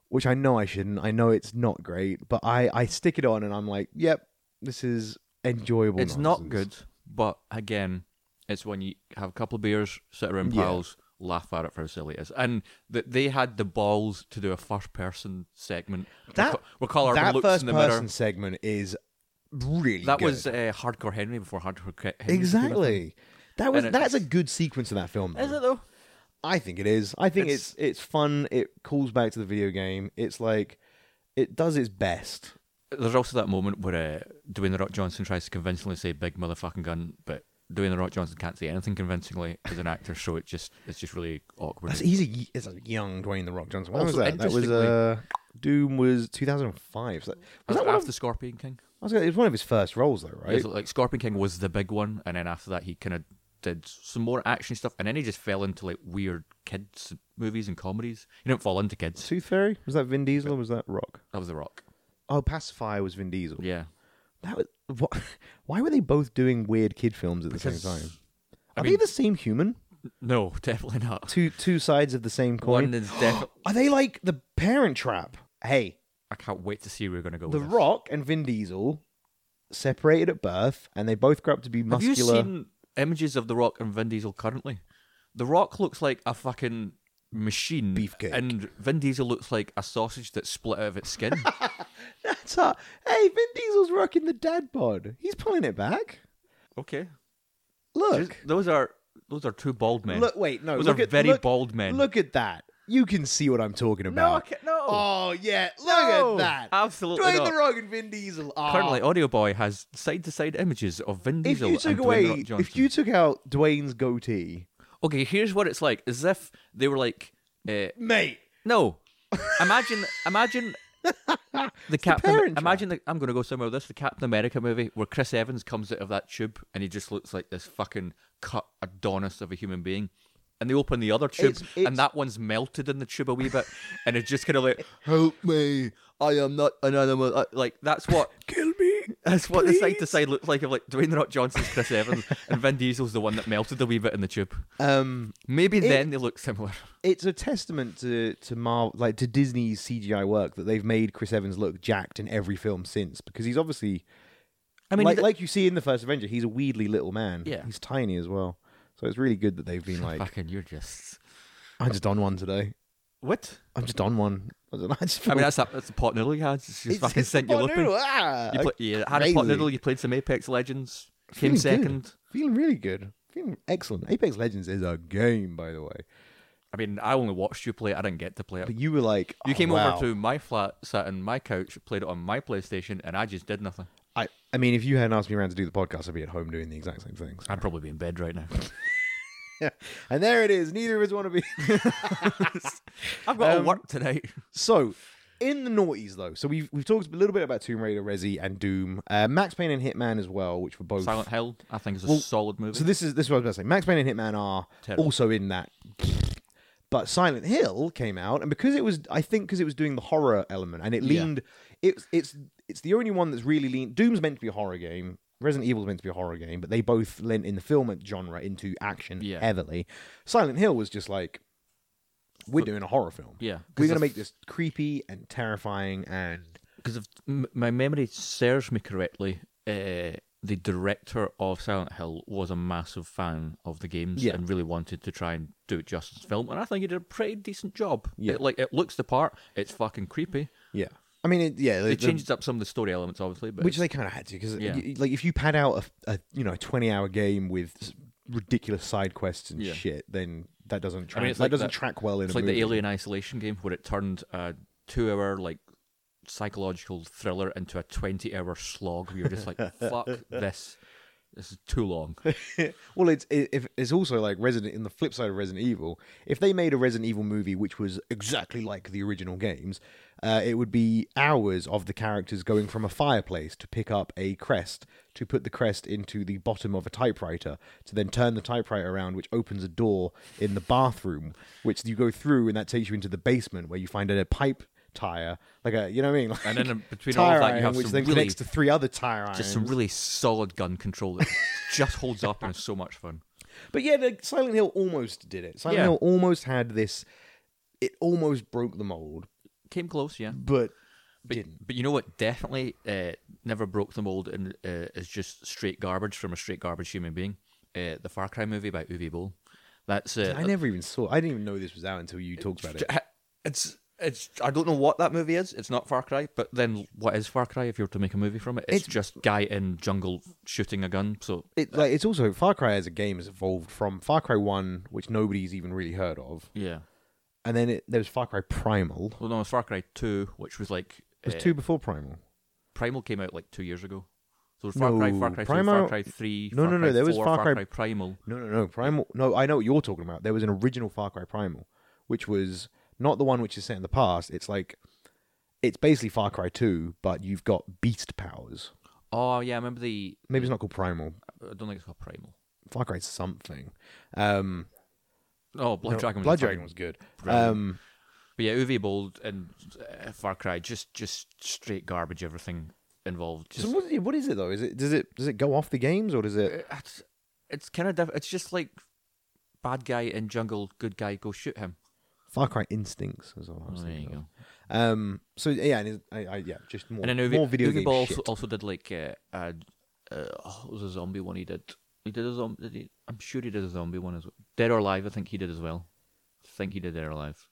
[SPEAKER 2] which I know I shouldn't. I know it's not great, but I I stick it on and I'm like, yep, this is enjoyable.
[SPEAKER 1] It's not
[SPEAKER 2] nonsense.
[SPEAKER 1] good, but again, it's when you have a couple of beers, sit around
[SPEAKER 2] Yeah.
[SPEAKER 1] pals, laugh at it for how silly it is. And th- they had the balls to do a first person segment. where
[SPEAKER 2] That-
[SPEAKER 1] Ca- where Carl Urban
[SPEAKER 2] that
[SPEAKER 1] looks
[SPEAKER 2] first
[SPEAKER 1] in the
[SPEAKER 2] person
[SPEAKER 1] mirror.
[SPEAKER 2] segment is really
[SPEAKER 1] That
[SPEAKER 2] good.
[SPEAKER 1] was uh, Hardcore Henry before Hardcore Henry. became a
[SPEAKER 2] exactly that was
[SPEAKER 1] And
[SPEAKER 2] that's a
[SPEAKER 1] it's-
[SPEAKER 2] good sequence of that film.
[SPEAKER 1] thing. Is
[SPEAKER 2] though.
[SPEAKER 1] it though?
[SPEAKER 2] I think it is. I think it's
[SPEAKER 1] It's-
[SPEAKER 2] it's, fun. It calls back to the video game. It's like it does its best.
[SPEAKER 1] There's also that moment where uh, Dwayne the Rock Johnson tries to convincingly say "big motherfucking gun," but Dwayne the Rock Johnson can't say anything convincingly as an actor, so it just it's just really awkward.
[SPEAKER 2] That's he's a it's a young Dwayne the Rock Johnson. When
[SPEAKER 1] Also,
[SPEAKER 2] was that? That was
[SPEAKER 1] interestingly-
[SPEAKER 2] uh, Doom was 2005. So- was that one
[SPEAKER 1] after
[SPEAKER 2] of,
[SPEAKER 1] Scorpion King?
[SPEAKER 2] I was gonna, it was one of his first roles though,
[SPEAKER 1] It
[SPEAKER 2] right?
[SPEAKER 1] was like Scorpion King was the big one, and then after that he kind of did some more action stuff, and then he just fell into like weird kids movies and comedies. He didn't fall into kids.
[SPEAKER 2] Tooth Fairy was that Vin Diesel or was that Rock?
[SPEAKER 1] That was The Rock.
[SPEAKER 2] Oh, Pacifier was Vin Diesel.
[SPEAKER 1] Yeah,
[SPEAKER 2] That was what, why were they both doing weird kid films at the
[SPEAKER 1] Because-
[SPEAKER 2] same time?
[SPEAKER 1] I
[SPEAKER 2] Are they
[SPEAKER 1] mean-
[SPEAKER 2] the same human?
[SPEAKER 1] no, definitely not.
[SPEAKER 2] Two two sides of the same coin.
[SPEAKER 1] One is definitely.
[SPEAKER 2] Are they like the Parent Trap? Hey,
[SPEAKER 1] I can't wait to see where we're gonna go.
[SPEAKER 2] The
[SPEAKER 1] with this.
[SPEAKER 2] Rock and Vin Diesel separated at birth, and they both grew up to be
[SPEAKER 1] Have you
[SPEAKER 2] muscular.
[SPEAKER 1] seen images of The Rock and Vin Diesel currently? The Rock looks like a fucking machine,
[SPEAKER 2] Beefcake.
[SPEAKER 1] and Vin Diesel looks like a sausage that's split out of its skin.
[SPEAKER 2] That's a- hey, Vin Diesel's rocking the dad bod. He's pulling it back.
[SPEAKER 1] okay,
[SPEAKER 2] Look,
[SPEAKER 1] those are those are two bald men.
[SPEAKER 2] look, wait, no,
[SPEAKER 1] those
[SPEAKER 2] look
[SPEAKER 1] are
[SPEAKER 2] at,
[SPEAKER 1] very
[SPEAKER 2] look,
[SPEAKER 1] bald men.
[SPEAKER 2] Look at that. You can see what I'm talking about.
[SPEAKER 1] can't- no.
[SPEAKER 2] Oh yeah, look
[SPEAKER 1] No,
[SPEAKER 2] at that.
[SPEAKER 1] absolutely
[SPEAKER 2] Dwayne
[SPEAKER 1] not.
[SPEAKER 2] the Rock and Vin Diesel. are
[SPEAKER 1] Currently, Audio Boy has side to side images of Vin
[SPEAKER 2] if
[SPEAKER 1] Diesel
[SPEAKER 2] you took
[SPEAKER 1] and Dwayne
[SPEAKER 2] away,
[SPEAKER 1] Rock Johnson.
[SPEAKER 2] if you took out Dwayne's goatee,
[SPEAKER 1] Okay, here's what it's like: as if they were like, uh,
[SPEAKER 2] mate,
[SPEAKER 1] no, imagine, imagine the Captain.
[SPEAKER 2] Parent Trap.
[SPEAKER 1] imagine the, I'm going to go somewhere with this: the Captain America movie where Chris Evans comes out of that tube and he just looks like this fucking cut Adonis of a human being. And they open the other tube,
[SPEAKER 2] It's- it's-
[SPEAKER 1] and that one's melted in the tube a wee bit, and it's just kind of like, "Help me! I am not an animal." Uh, Like that's what
[SPEAKER 2] kill me.
[SPEAKER 1] That's what the side to side looks like of like Dwayne the Rock Johnson's Chris Evans and Vin Diesel's the one that melted a wee bit in the tube.
[SPEAKER 2] Um,
[SPEAKER 1] Maybe then they look similar.
[SPEAKER 2] it's a testament to to Marvel, like to Disney's CGI work that they've made Chris Evans look jacked in every film since because he's obviously,
[SPEAKER 1] I
[SPEAKER 2] like, like you see in the first Avenger, he's a weedly little man.
[SPEAKER 1] Yeah.
[SPEAKER 2] he's tiny as well. So it's really good that they've been like,
[SPEAKER 1] fucking you're just
[SPEAKER 2] I'm just on one today.
[SPEAKER 1] what?
[SPEAKER 2] I'm just on one. I, don't know, I, just
[SPEAKER 1] I mean
[SPEAKER 2] feel-
[SPEAKER 1] that's that, that's a pot noodle you had. It's just
[SPEAKER 2] It's-
[SPEAKER 1] fucking
[SPEAKER 2] it's
[SPEAKER 1] sent you
[SPEAKER 2] pot
[SPEAKER 1] looping.
[SPEAKER 2] noodle, ah!
[SPEAKER 1] You, play, you had a pot
[SPEAKER 2] Crazy.
[SPEAKER 1] noodle. You played some Apex Legends. Came
[SPEAKER 2] Feeling good.
[SPEAKER 1] second.
[SPEAKER 2] Feeling really good. Feeling excellent. Apex Legends is a game, by the way.
[SPEAKER 1] I mean, I only watched you play it. I didn't get to play it.
[SPEAKER 2] But you were like,
[SPEAKER 1] you
[SPEAKER 2] oh,
[SPEAKER 1] came
[SPEAKER 2] wow.
[SPEAKER 1] over to my flat, sat on my couch, played it on my PlayStation, and I just did nothing.
[SPEAKER 2] I, I mean, if you hadn't asked me around to do the podcast, I'd be at home doing the exact same things.
[SPEAKER 1] I'd probably be in bed right now.
[SPEAKER 2] and there it is. Neither of us want to be. Um,
[SPEAKER 1] I've got to work tonight.
[SPEAKER 2] So, in the noughties though, so we've we've talked a little bit about Tomb Raider, Resi, and Doom, uh, Max Payne and Hitman as well, which were both.
[SPEAKER 1] Silent Hill, I think, is a solid movie.
[SPEAKER 2] So this is this is what I was about to say. Max Payne and Hitman are
[SPEAKER 1] Terrible.
[SPEAKER 2] also in that. But Silent Hill came out, and because it was, I think, because it was doing the horror element, and it leaned, it's it's it's the only one that's really leaned. Doom's meant to be a horror game. Resident Evil's meant to be a horror game, but they both lent in the film genre into action
[SPEAKER 1] Yeah.
[SPEAKER 2] heavily. Silent Hill was just like, we're doing a horror film.
[SPEAKER 1] yeah,
[SPEAKER 2] We're
[SPEAKER 1] 'cause
[SPEAKER 2] going to
[SPEAKER 1] the
[SPEAKER 2] make this creepy and terrifying and.
[SPEAKER 1] because if m- my memory serves me correctly, uh, the director of Silent Hill was a massive fan of the games
[SPEAKER 2] Yeah.
[SPEAKER 1] and really wanted to try and do it justice to film, and I think he did a pretty decent job.
[SPEAKER 2] Yeah.
[SPEAKER 1] It, like it looks the part. It's fucking creepy.
[SPEAKER 2] Yeah. I mean, it, yeah.
[SPEAKER 1] They changed up some of the story elements, obviously, but
[SPEAKER 2] Which
[SPEAKER 1] it's-
[SPEAKER 2] they kind of had to, because
[SPEAKER 1] Yeah.
[SPEAKER 2] like if you pad out a, a you know twenty hour game with s- ridiculous side quests and
[SPEAKER 1] Yeah.
[SPEAKER 2] shit, then that doesn't track.
[SPEAKER 1] mean, it's
[SPEAKER 2] that
[SPEAKER 1] like
[SPEAKER 2] doesn't
[SPEAKER 1] that-
[SPEAKER 2] track well in
[SPEAKER 1] it's
[SPEAKER 2] a
[SPEAKER 1] like
[SPEAKER 2] movie.
[SPEAKER 1] the Alien Isolation game where it turned a two-hour like psychological thriller into a twenty-hour slog. where you're just like, fuck this. This is too long.
[SPEAKER 2] well, it's it, if it's also like Resident in the flip side of Resident Evil. If they made a Resident Evil movie which was exactly like the original games, uh, it would be hours of the characters going from a fireplace to pick up a crest, to put the crest into the bottom of a typewriter, to then turn the typewriter around, which opens a door in the bathroom, which you go through, and that takes you into the basement where you find a pipe tire, like a you know what I mean, like
[SPEAKER 1] And then in between all
[SPEAKER 2] tire
[SPEAKER 1] of that, you
[SPEAKER 2] iron,
[SPEAKER 1] have
[SPEAKER 2] which
[SPEAKER 1] some
[SPEAKER 2] then
[SPEAKER 1] really-
[SPEAKER 2] connects to three other tire irons.
[SPEAKER 1] Just some really solid gun control that just holds up and is so much fun.
[SPEAKER 2] But yeah, like Silent Hill almost did it. Silent
[SPEAKER 1] Yeah.
[SPEAKER 2] Hill almost had this. It almost broke the mold,
[SPEAKER 1] Came close, yeah.
[SPEAKER 2] but,
[SPEAKER 1] But,
[SPEAKER 2] didn't.
[SPEAKER 1] but you know what? Definitely uh, never broke the mold and uh, is just straight garbage from a straight garbage human being. Uh, the Far Cry movie by Uwe Boll. That's uh,
[SPEAKER 2] I never even saw. I didn't even know this was out until you talked about it.
[SPEAKER 1] It's it's. I don't know what that movie is. It's not Far Cry. But then, what is Far Cry? If you were to make a movie from it, it's,
[SPEAKER 2] It's-
[SPEAKER 1] just guy in jungle shooting a gun. So
[SPEAKER 2] it like it's also Far Cry as a game has evolved from Far Cry One, which nobody's even really heard of,
[SPEAKER 1] yeah.
[SPEAKER 2] and then it, there was Far Cry Primal.
[SPEAKER 1] Well, no, it's Far Cry Two, which was like
[SPEAKER 2] It was
[SPEAKER 1] uh,
[SPEAKER 2] two before Primal.
[SPEAKER 1] Primal came out like two years ago. So Far Cry, Far
[SPEAKER 2] No,
[SPEAKER 1] Cry Two,
[SPEAKER 2] Primal-
[SPEAKER 1] Far Cry Three.
[SPEAKER 2] No,
[SPEAKER 1] Far
[SPEAKER 2] no, no,
[SPEAKER 1] Cry
[SPEAKER 2] there was
[SPEAKER 1] 4,
[SPEAKER 2] Far
[SPEAKER 1] Far
[SPEAKER 2] Cry-
[SPEAKER 1] Cry Primal.
[SPEAKER 2] No, no, no, Primal. No, I know what you're talking about. There was an original Far Cry Primal, which was not the one which is set in the past. It's like it's basically Far Cry Two, but you've got beast powers.
[SPEAKER 1] Oh yeah, I remember the.
[SPEAKER 2] Maybe it's not called Primal.
[SPEAKER 1] I don't think it's called Primal.
[SPEAKER 2] Far Cry something. Um,
[SPEAKER 1] Oh, Blood
[SPEAKER 2] no,
[SPEAKER 1] Dragon. Was
[SPEAKER 2] Blood
[SPEAKER 1] a fucking-
[SPEAKER 2] Dragon was good.
[SPEAKER 1] brilliant.
[SPEAKER 2] Um,
[SPEAKER 1] But yeah, Uwe Bold and uh, Far Cry, just just straight garbage. Everything involved.
[SPEAKER 2] so
[SPEAKER 1] Just
[SPEAKER 2] what, what is it though? Is it does it does it go off the games or does it?
[SPEAKER 1] it's, it's kind of diff- it's just like bad guy in jungle, good guy go shoot him.
[SPEAKER 2] Far Cry Instincts is all I was
[SPEAKER 1] Oh, there you
[SPEAKER 2] thinking.
[SPEAKER 1] go.
[SPEAKER 2] of. Um, so yeah, and it's- I, I, yeah, just more,
[SPEAKER 1] And then Uwe,
[SPEAKER 2] more video
[SPEAKER 1] Uwe
[SPEAKER 2] game
[SPEAKER 1] Boll
[SPEAKER 2] shit.
[SPEAKER 1] also, also did like uh, a, uh, oh, it was a zombie one. He did. He did a zombie. Did he? I'm sure he did a zombie one as well. Dead or Alive, I think he did as well. I think he did Dead or Alive.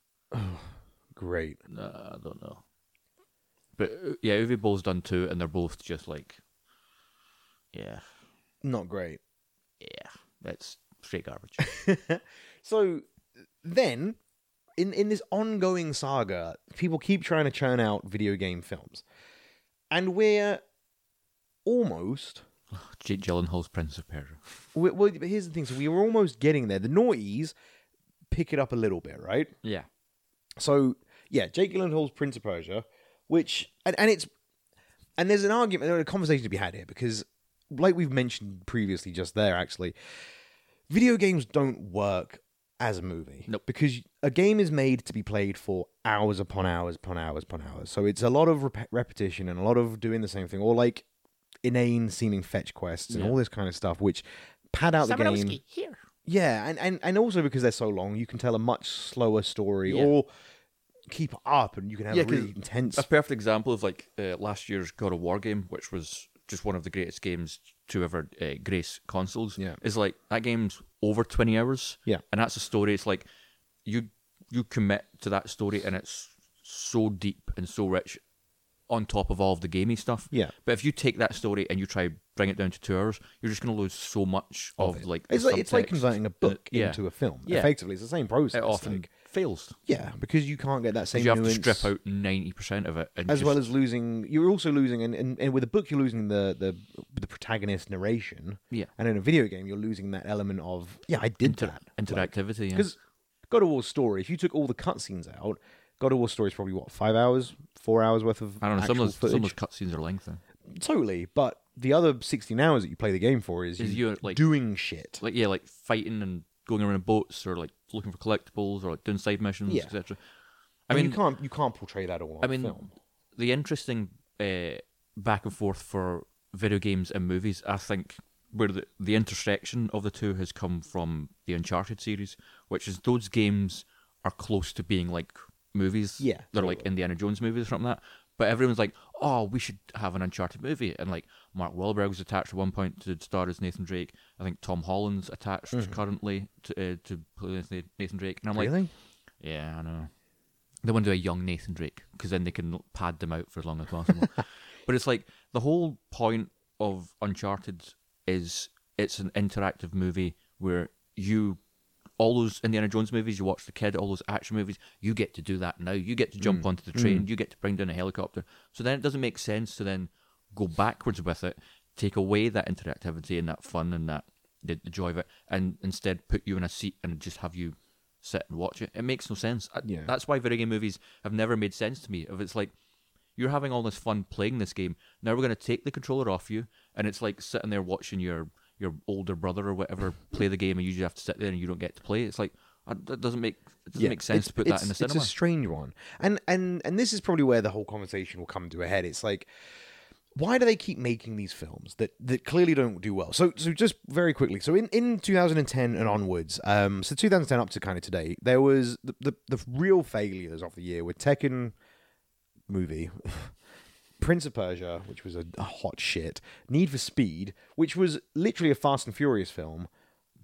[SPEAKER 2] Great.
[SPEAKER 1] Uh, I don't know. But uh, yeah, Uwe Boll's done two, and they're both just like, yeah,
[SPEAKER 2] Not great.
[SPEAKER 1] yeah, that's straight garbage.
[SPEAKER 2] So then, in in this ongoing saga, people keep trying to churn out video game films, and we're almost.
[SPEAKER 1] Jake Gyllenhaal's Prince of Persia.
[SPEAKER 2] we well, but here's the thing. So we were almost getting there. The noughties pick it up a little bit, right?
[SPEAKER 1] Yeah.
[SPEAKER 2] So yeah, Jake Gyllenhaal's Prince of Persia, which and, and it's and there's an argument, a conversation to be had here because, like we've mentioned previously, just there actually, video games don't work as a movie.
[SPEAKER 1] Nope.
[SPEAKER 2] Because a game is made to be played for hours upon hours upon hours upon hours. So it's a lot of rep- repetition and a lot of doing the same thing, or like inane seeming fetch quests and
[SPEAKER 1] Yeah.
[SPEAKER 2] all this kind of stuff, which pad out the game.
[SPEAKER 1] here.
[SPEAKER 2] Yeah, and, and, and also because they're so long, you can tell a much slower story
[SPEAKER 1] Yeah.
[SPEAKER 2] or keep up and you can have
[SPEAKER 1] Yeah,
[SPEAKER 2] a really
[SPEAKER 1] 'cause
[SPEAKER 2] intense.
[SPEAKER 1] a perfect example of like uh, last year's God of War game, which was just one of the greatest games to ever uh, grace consoles.
[SPEAKER 2] Yeah.
[SPEAKER 1] is like that game's over twenty hours.
[SPEAKER 2] Yeah.
[SPEAKER 1] and that's a story. It's like you you commit to that story, and it's so deep and so rich. On top of all of the gamey stuff,
[SPEAKER 2] Yeah.
[SPEAKER 1] But if you take that story and you try bring it down to two hours, you're just going to lose so much of, like the
[SPEAKER 2] it's like it's like
[SPEAKER 1] subtext. Uh,
[SPEAKER 2] converting a book
[SPEAKER 1] yeah.
[SPEAKER 2] into a film.
[SPEAKER 1] Yeah.
[SPEAKER 2] Effectively, it's the same process.
[SPEAKER 1] It often
[SPEAKER 2] like-
[SPEAKER 1] fails.
[SPEAKER 2] yeah, because you can't get that same.
[SPEAKER 1] You have to
[SPEAKER 2] nuance
[SPEAKER 1] strip out ninety percent of it, and
[SPEAKER 2] as
[SPEAKER 1] just
[SPEAKER 2] well as losing. You're also losing, and, and, and with a book, you're losing the the the protagonist narration.
[SPEAKER 1] Yeah.
[SPEAKER 2] and in a video game, you're losing that element of yeah, I did that
[SPEAKER 1] interactivity. yeah.
[SPEAKER 2] because God of War's story. If you took all the cutscenes out, God of War's story is probably what five hours, four hours worth of
[SPEAKER 1] I don't know. Some
[SPEAKER 2] actual
[SPEAKER 1] of those,
[SPEAKER 2] footage.
[SPEAKER 1] some of those cutscenes are lengthy.
[SPEAKER 2] Totally, but the other 16 hours that you play the game for is,
[SPEAKER 1] Is
[SPEAKER 2] you
[SPEAKER 1] you, like-
[SPEAKER 2] doing shit.
[SPEAKER 1] Like yeah, like fighting and going around in boats, or like looking for collectibles, or like doing side missions,
[SPEAKER 2] Yeah.
[SPEAKER 1] etc.
[SPEAKER 2] I
[SPEAKER 1] I
[SPEAKER 2] mean,
[SPEAKER 1] mean,
[SPEAKER 2] you can't you can't portray that all on
[SPEAKER 1] I mean,
[SPEAKER 2] film.
[SPEAKER 1] the interesting uh, back and forth for video games and movies, I think, where the, the intersection of the two has come from the Uncharted series, which is those games are close to being like movies.
[SPEAKER 2] Yeah,
[SPEAKER 1] They're like Indiana Jones movies or something like that. But everyone's like, oh, we should have an Uncharted movie. And like Mark Wahlberg was attached at one point to star as Nathan Drake. I think Tom Holland's attached currently to, uh, to play Nathan Drake. And I'm like,
[SPEAKER 2] Mm-hmm. Really?
[SPEAKER 1] yeah, I know. They want to do a young Nathan Drake because then they can pad them out for as long as possible. but it's like the whole point of Uncharted is it's an interactive movie where you all those Indiana Jones movies you watch the kid, all those action movies, you get to do that now. You get to jump onto the train, you get to bring down a helicopter. So then it doesn't make sense to then go backwards with it take away that interactivity and that fun and that the, the joy of it, and instead put you in a seat and just have you sit and watch it. It makes no sense. I-
[SPEAKER 2] Yeah.
[SPEAKER 1] That's why video game movies have never made sense to me. If it's like you're having all this fun playing this game, now we're going to take the controller off you, and it's like sitting there watching your your older brother or whatever play the game, and you just have to sit there and you don't get to play. It's like I- that doesn't make it doesn't
[SPEAKER 2] Yeah,
[SPEAKER 1] make sense
[SPEAKER 2] it's-
[SPEAKER 1] to put that
[SPEAKER 2] it's-
[SPEAKER 1] in the cinema.
[SPEAKER 2] It's a strange one, and and and this is probably where the whole conversation will come to a head. It's like, why do they keep making these films that that clearly don't do well? So so just very quickly, so in in 2010 and onwards, um, so 2010 up to kind of today, there was the the, the real failures of the year were Tekken movie. Prince of Persia, which was a a hot shit. Need for Speed, which was literally a Fast and Furious film,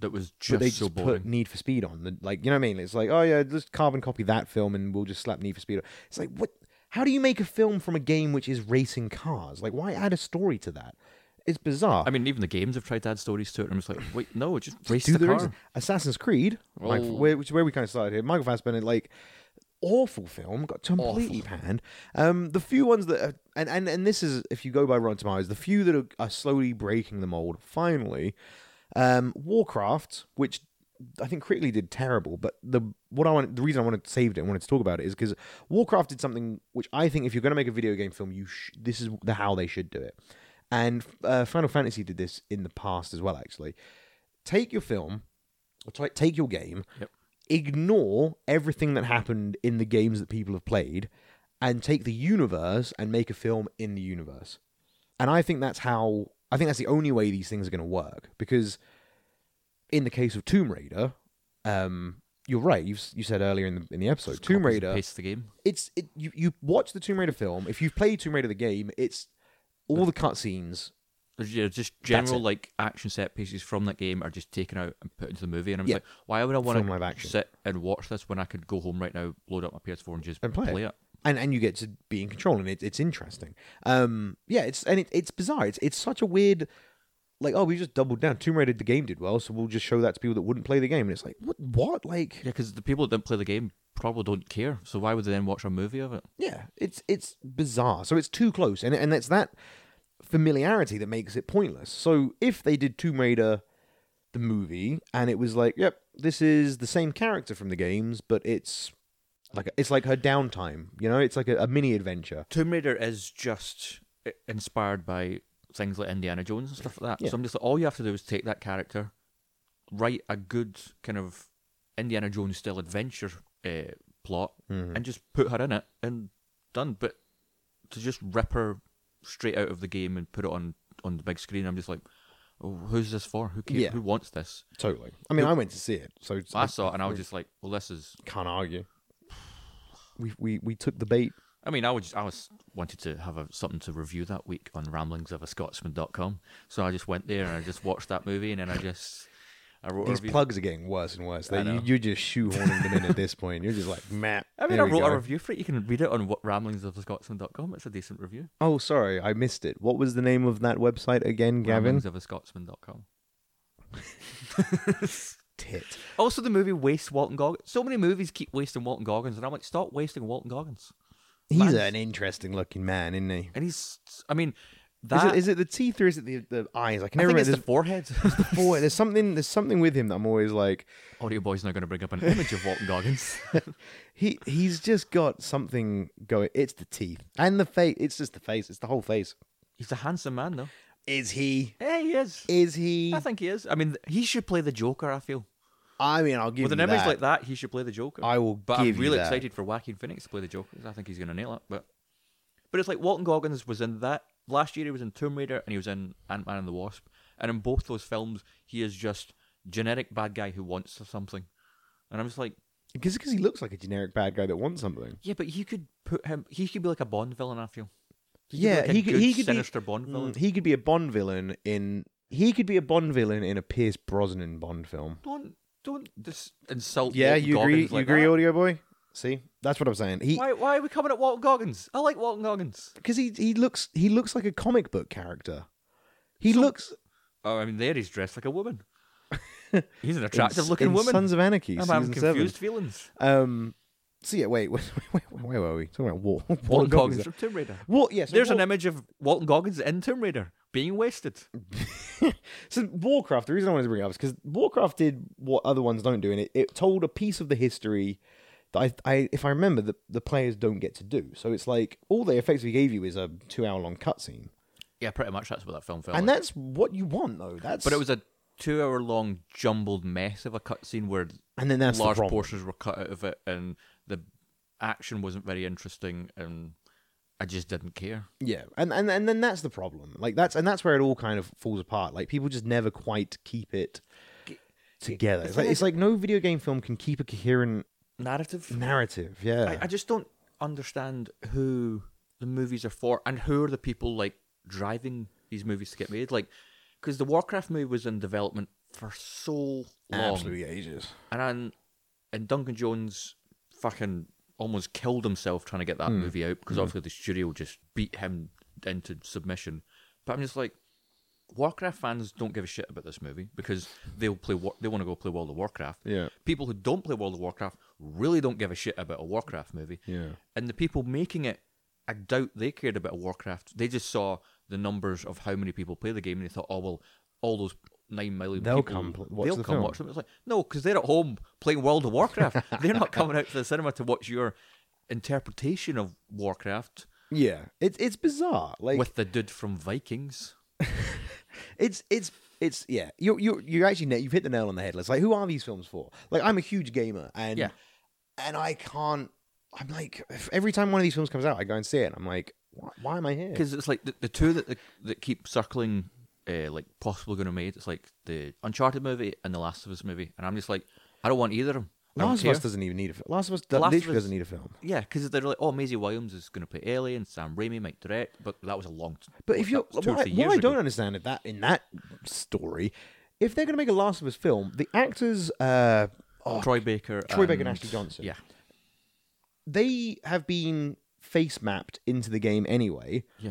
[SPEAKER 1] that was
[SPEAKER 2] but
[SPEAKER 1] just
[SPEAKER 2] they
[SPEAKER 1] so
[SPEAKER 2] just
[SPEAKER 1] boring.
[SPEAKER 2] put Need for Speed on. the- Like, you know what I mean? It's like, oh yeah, just carbon copy that film and we'll just slap Need for Speed. on. It's like, what? How do you make a film from a game which is racing cars? Like, why add a story to that? It's bizarre.
[SPEAKER 1] I mean, even the games have tried to add stories to it, and I'm just like, wait, no, just race
[SPEAKER 2] do
[SPEAKER 1] the,
[SPEAKER 2] the
[SPEAKER 1] car. Oh.
[SPEAKER 2] reason- Assassin's Creed, Mike-
[SPEAKER 1] Well-
[SPEAKER 2] where, which is where we kind of started here. Michael Fassbender, like awful film, got completely panned. Um, the few ones that, are, and and and this is if you go by Rotten Tomatoes, the few that are, are slowly breaking the mold. Finally, um, Warcraft, which I think critically did terrible, but the what I wanted, the reason I wanted to save it and wanted to talk about it is because Warcraft did something which I think if you're going to make a video game film, you sh- this is the how they should do it. And uh, Final Fantasy did this in the past as well, actually take your film, or t- take your game,
[SPEAKER 1] Yep.
[SPEAKER 2] ignore everything that happened in the games that people have played, and take the universe and make a film in the universe. And I think that's how I think that's the only way these things are going to work because in the case of Tomb Raider, um, you're right. You you said earlier in the in the episode, Tomb
[SPEAKER 1] Copies and
[SPEAKER 2] Raider
[SPEAKER 1] pastes the game.
[SPEAKER 2] it's it, you, you watch the Tomb Raider film. If you've played Tomb Raider the game, it's all the cutscenes.
[SPEAKER 1] There's yeah, just general
[SPEAKER 2] it.
[SPEAKER 1] like action set pieces from that game are just taken out and put into the movie, and I'm
[SPEAKER 2] Yeah.
[SPEAKER 1] just like, why would I
[SPEAKER 2] Film live
[SPEAKER 1] want to
[SPEAKER 2] action.
[SPEAKER 1] sit and watch this when I could go home right now, load up my PS4 and just
[SPEAKER 2] And play it.
[SPEAKER 1] it?
[SPEAKER 2] and and you get to be in control, and it, it's interesting. Um, yeah, it's and it, it's bizarre. It's it's such a weird, like oh, we just doubled down. Tomb Raider the game did well, so we'll just show that to people that wouldn't play the game, and it's like what what like
[SPEAKER 1] Yeah, because the people that didn't play the game probably don't care, so why would they then watch a movie of it?
[SPEAKER 2] yeah, it's it's bizarre. So it's too close, and and it's that familiarity that makes it pointless. So if they did Tomb Raider the movie, and it was like, yep, this is the same character from the games, but it's like it's like her downtime, you know, it's like a, a mini adventure.
[SPEAKER 1] Tomb Raider is just i- inspired by things like Indiana Jones and stuff like that.
[SPEAKER 2] Yeah.
[SPEAKER 1] So I'm just like, all you have to do is take that character, write a good kind of Indiana Jones style adventure uh, plot, and just put her in it and done. But to just rip her straight out of the game and put it on on the big screen, I'm just like, oh, who's this for? Who cares?
[SPEAKER 2] Yeah.
[SPEAKER 1] Who wants this?
[SPEAKER 2] Totally. I mean, I went to see it, so
[SPEAKER 1] I saw it and I was just like, well, this is.
[SPEAKER 2] can't argue. We, we we took the bait.
[SPEAKER 1] I mean, I was I was wanted to have a, something to review that week on ramblingsofaScotsman.com, so I just went there and I just watched that movie and then I just I wrote a
[SPEAKER 2] These
[SPEAKER 1] review.
[SPEAKER 2] plugs are getting worse and worse. They,
[SPEAKER 1] I
[SPEAKER 2] you,
[SPEAKER 1] know.
[SPEAKER 2] you're just shoehorning them in at this point. You're just like, Matt.
[SPEAKER 1] I mean, I
[SPEAKER 2] there we
[SPEAKER 1] wrote
[SPEAKER 2] go."
[SPEAKER 1] a review for it. You can read it on what ramblingsofascotsman.com. It's a decent review.
[SPEAKER 2] Oh, sorry, I missed it. What was the name of that website again, Gavin?
[SPEAKER 1] Ramblingsofascotsman.com.
[SPEAKER 2] Tit.
[SPEAKER 1] Also, the movie wastes Walton Goggins. So many movies keep wasting Walton Goggins, and I'm like, stop wasting Walton Goggins.
[SPEAKER 2] He's
[SPEAKER 1] Man's-
[SPEAKER 2] an interesting looking man, isn't he?
[SPEAKER 1] And he's, I mean,
[SPEAKER 2] Is
[SPEAKER 1] that
[SPEAKER 2] it, is it the teeth or is it the, the eyes? I can
[SPEAKER 1] I
[SPEAKER 2] never
[SPEAKER 1] think it's
[SPEAKER 2] remember.
[SPEAKER 1] the forehead.
[SPEAKER 2] There's, boy, there's something. There's something with him that I'm always like.
[SPEAKER 1] Audio Boy's not going to bring up an image of Walton Goggins.
[SPEAKER 2] He he's just got something going. It's the teeth and the face. It's just the face. It's the whole face.
[SPEAKER 1] he's a handsome man, though.
[SPEAKER 2] Is he?
[SPEAKER 1] Yeah, he is.
[SPEAKER 2] Is he?
[SPEAKER 1] I think he is. I mean, th- he should play the Joker. I feel
[SPEAKER 2] I mean, I'll give
[SPEAKER 1] with
[SPEAKER 2] you
[SPEAKER 1] an image
[SPEAKER 2] that.
[SPEAKER 1] like that, he should play the Joker.
[SPEAKER 2] I will
[SPEAKER 1] but
[SPEAKER 2] give
[SPEAKER 1] I'm
[SPEAKER 2] you
[SPEAKER 1] really
[SPEAKER 2] that.
[SPEAKER 1] excited for Joaquin Phoenix to play the Joker. 'cause I think he's going to nail it. But but it's like Walton Goggins was in that last year. He was in Tomb Raider and he was in Ant Man and the Wasp. And in both those films, he is just generic bad guy who wants something. And I'm just like,
[SPEAKER 2] Because he looks like a generic bad guy that wants something.
[SPEAKER 1] yeah, but you could put him. He could be like a Bond villain. I feel.
[SPEAKER 2] Yeah,
[SPEAKER 1] like a
[SPEAKER 2] he could.
[SPEAKER 1] good
[SPEAKER 2] He could
[SPEAKER 1] sinister
[SPEAKER 2] be,
[SPEAKER 1] Bond villain.
[SPEAKER 2] Mm, He could be a Bond villain in. He could be a Bond villain in a Pierce Brosnan Bond film.
[SPEAKER 1] Don't don't dis- insult.
[SPEAKER 2] Yeah,
[SPEAKER 1] Walton
[SPEAKER 2] you agree?
[SPEAKER 1] Goggins
[SPEAKER 2] You
[SPEAKER 1] like
[SPEAKER 2] agree,
[SPEAKER 1] that.
[SPEAKER 2] Audio Boy? See, that's what I'm saying. He
[SPEAKER 1] Why, why are we coming at Walton Goggins? I like Walton Goggins.
[SPEAKER 2] because he he looks he looks like a comic book character. He
[SPEAKER 1] So-
[SPEAKER 2] looks
[SPEAKER 1] Oh, I mean, there he's dressed like a woman. he's an attractive
[SPEAKER 2] in-
[SPEAKER 1] looking
[SPEAKER 2] in
[SPEAKER 1] woman. Oh,
[SPEAKER 2] Sons of Anarchy
[SPEAKER 1] I'm
[SPEAKER 2] season
[SPEAKER 1] having confused
[SPEAKER 2] seven.
[SPEAKER 1] feelings.
[SPEAKER 2] Um, So yeah, wait, where, where, where were we? Talking about War.
[SPEAKER 1] Walton Goggins
[SPEAKER 2] Goggins.
[SPEAKER 1] from Tomb Raider.
[SPEAKER 2] War yes.
[SPEAKER 1] There's
[SPEAKER 2] War,
[SPEAKER 1] an image of Walton Goggins in Tomb Raider being wasted.
[SPEAKER 2] So Warcraft, the reason I wanted to bring it up is because Warcraft did what other ones don't do, and it, it told a piece of the history that I, I if I remember, the, the players don't get to do. So it's like all they effectively gave you is a two hour long cutscene,
[SPEAKER 1] Yeah, pretty much that's what that film felt
[SPEAKER 2] and
[SPEAKER 1] like.
[SPEAKER 2] that's what you want though. That's
[SPEAKER 1] But it was a two hour long jumbled mess of a cutscene where
[SPEAKER 2] and then that's the
[SPEAKER 1] large
[SPEAKER 2] problem.
[SPEAKER 1] portions were cut out of it and the action wasn't very interesting and I just didn't care.
[SPEAKER 2] Yeah, and, and and then that's the problem. Like that's and that's where it all kind of falls apart. Like people just never quite keep it together. It's like, it's like no video game film can keep a coherent
[SPEAKER 1] Narrative?
[SPEAKER 2] narrative. Yeah,
[SPEAKER 1] I, I just don't understand who the movies are for and who are the people like driving these movies to get made. Like, because the Warcraft movie was in development for so long,
[SPEAKER 2] absolutely ages.
[SPEAKER 1] and then, and Duncan Jones fucking almost killed himself trying to get
[SPEAKER 2] Hmm.
[SPEAKER 1] that movie out because obviously the studio just beat him into submission. But I'm just like. Warcraft fans don't give a shit about this movie because they'll play. War- they want to go play World of Warcraft.
[SPEAKER 2] Yeah.
[SPEAKER 1] People who don't play World of Warcraft really don't give a shit about a Warcraft movie.
[SPEAKER 2] Yeah.
[SPEAKER 1] And the people making it, I doubt they cared about Warcraft. They just saw the numbers of how many people play the game and they thought, oh, well, all those nine million
[SPEAKER 2] They'll
[SPEAKER 1] people,
[SPEAKER 2] come pl- watch
[SPEAKER 1] they'll
[SPEAKER 2] the
[SPEAKER 1] come
[SPEAKER 2] film.
[SPEAKER 1] watch them. It's like, no, because they're at home playing World of Warcraft. they're not coming out to the cinema to watch your interpretation of Warcraft
[SPEAKER 2] Yeah, it's it's bizarre. Like
[SPEAKER 1] with the dude from Vikings.
[SPEAKER 2] it's it's it's yeah. You you you actually na- you've hit the nail on the head. It's like who are these films for? Like I'm a huge gamer and
[SPEAKER 1] Yeah.
[SPEAKER 2] and I can't. I'm like if every time one of these films comes out, I go and see it. And I'm like, why, why am I here?
[SPEAKER 1] because it's like the, the two that that keep circling, uh, like possibly going to made. It's like the Uncharted movie and the Last of Us movie, and I'm just like, I don't want either of them. I don't
[SPEAKER 2] Last of
[SPEAKER 1] care.
[SPEAKER 2] Us doesn't even need a film. Last of Us do-
[SPEAKER 1] Last of
[SPEAKER 2] literally
[SPEAKER 1] Us-
[SPEAKER 2] doesn't need a film.
[SPEAKER 1] Yeah, because they're like, oh, Maisie Williams is going to play Alien, Sam Raimi might direct, but that was a long. T-
[SPEAKER 2] But if
[SPEAKER 1] that
[SPEAKER 2] you're,
[SPEAKER 1] was two or
[SPEAKER 2] what, I-
[SPEAKER 1] three
[SPEAKER 2] what
[SPEAKER 1] years
[SPEAKER 2] I don't
[SPEAKER 1] ago.
[SPEAKER 2] understand at that in that story, if they're going to make a Last of Us film, the actors, uh, oh,
[SPEAKER 1] Troy Baker,
[SPEAKER 2] Troy Baker and Ashley Johnson.
[SPEAKER 1] Yeah,
[SPEAKER 2] they have been face mapped into the game anyway.
[SPEAKER 1] yeah.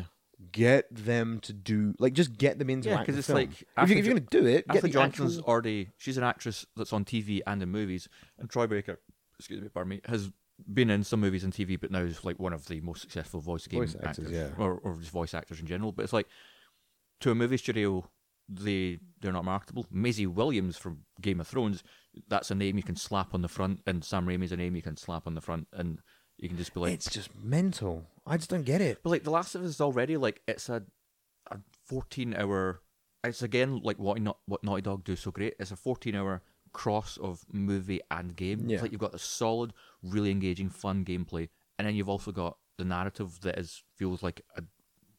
[SPEAKER 2] Get them to do like just get them into
[SPEAKER 1] Yeah,
[SPEAKER 2] acting
[SPEAKER 1] 'cause it's
[SPEAKER 2] film.
[SPEAKER 1] like,
[SPEAKER 2] if, you,
[SPEAKER 1] Ashley
[SPEAKER 2] are going to do it, get
[SPEAKER 1] Ashley
[SPEAKER 2] the
[SPEAKER 1] Johnson's
[SPEAKER 2] actual-
[SPEAKER 1] already she's an actress that's on TV and in movies, and Troy Baker, excuse me, pardon me, has been in some movies and TV, but now is like one of the most successful voice game
[SPEAKER 2] Voice actors, yeah.
[SPEAKER 1] or, or just voice actors in general. But it's like to a movie studio, they they're not marketable. Maisie Williams from Game of Thrones, that's a name you can slap on the front, and Sam Raimi's a name you can slap on the front, and you can just be like,
[SPEAKER 2] It's just mental. I just don't get it.
[SPEAKER 1] but like The Last of Us is already like it's a a fourteen hour. It's again like what not what Naughty Dog do so great. It's a fourteen hour cross of movie and game.
[SPEAKER 2] Yeah.
[SPEAKER 1] It's like you've got the solid, really engaging, fun gameplay, and then you've also got the narrative that is feels like a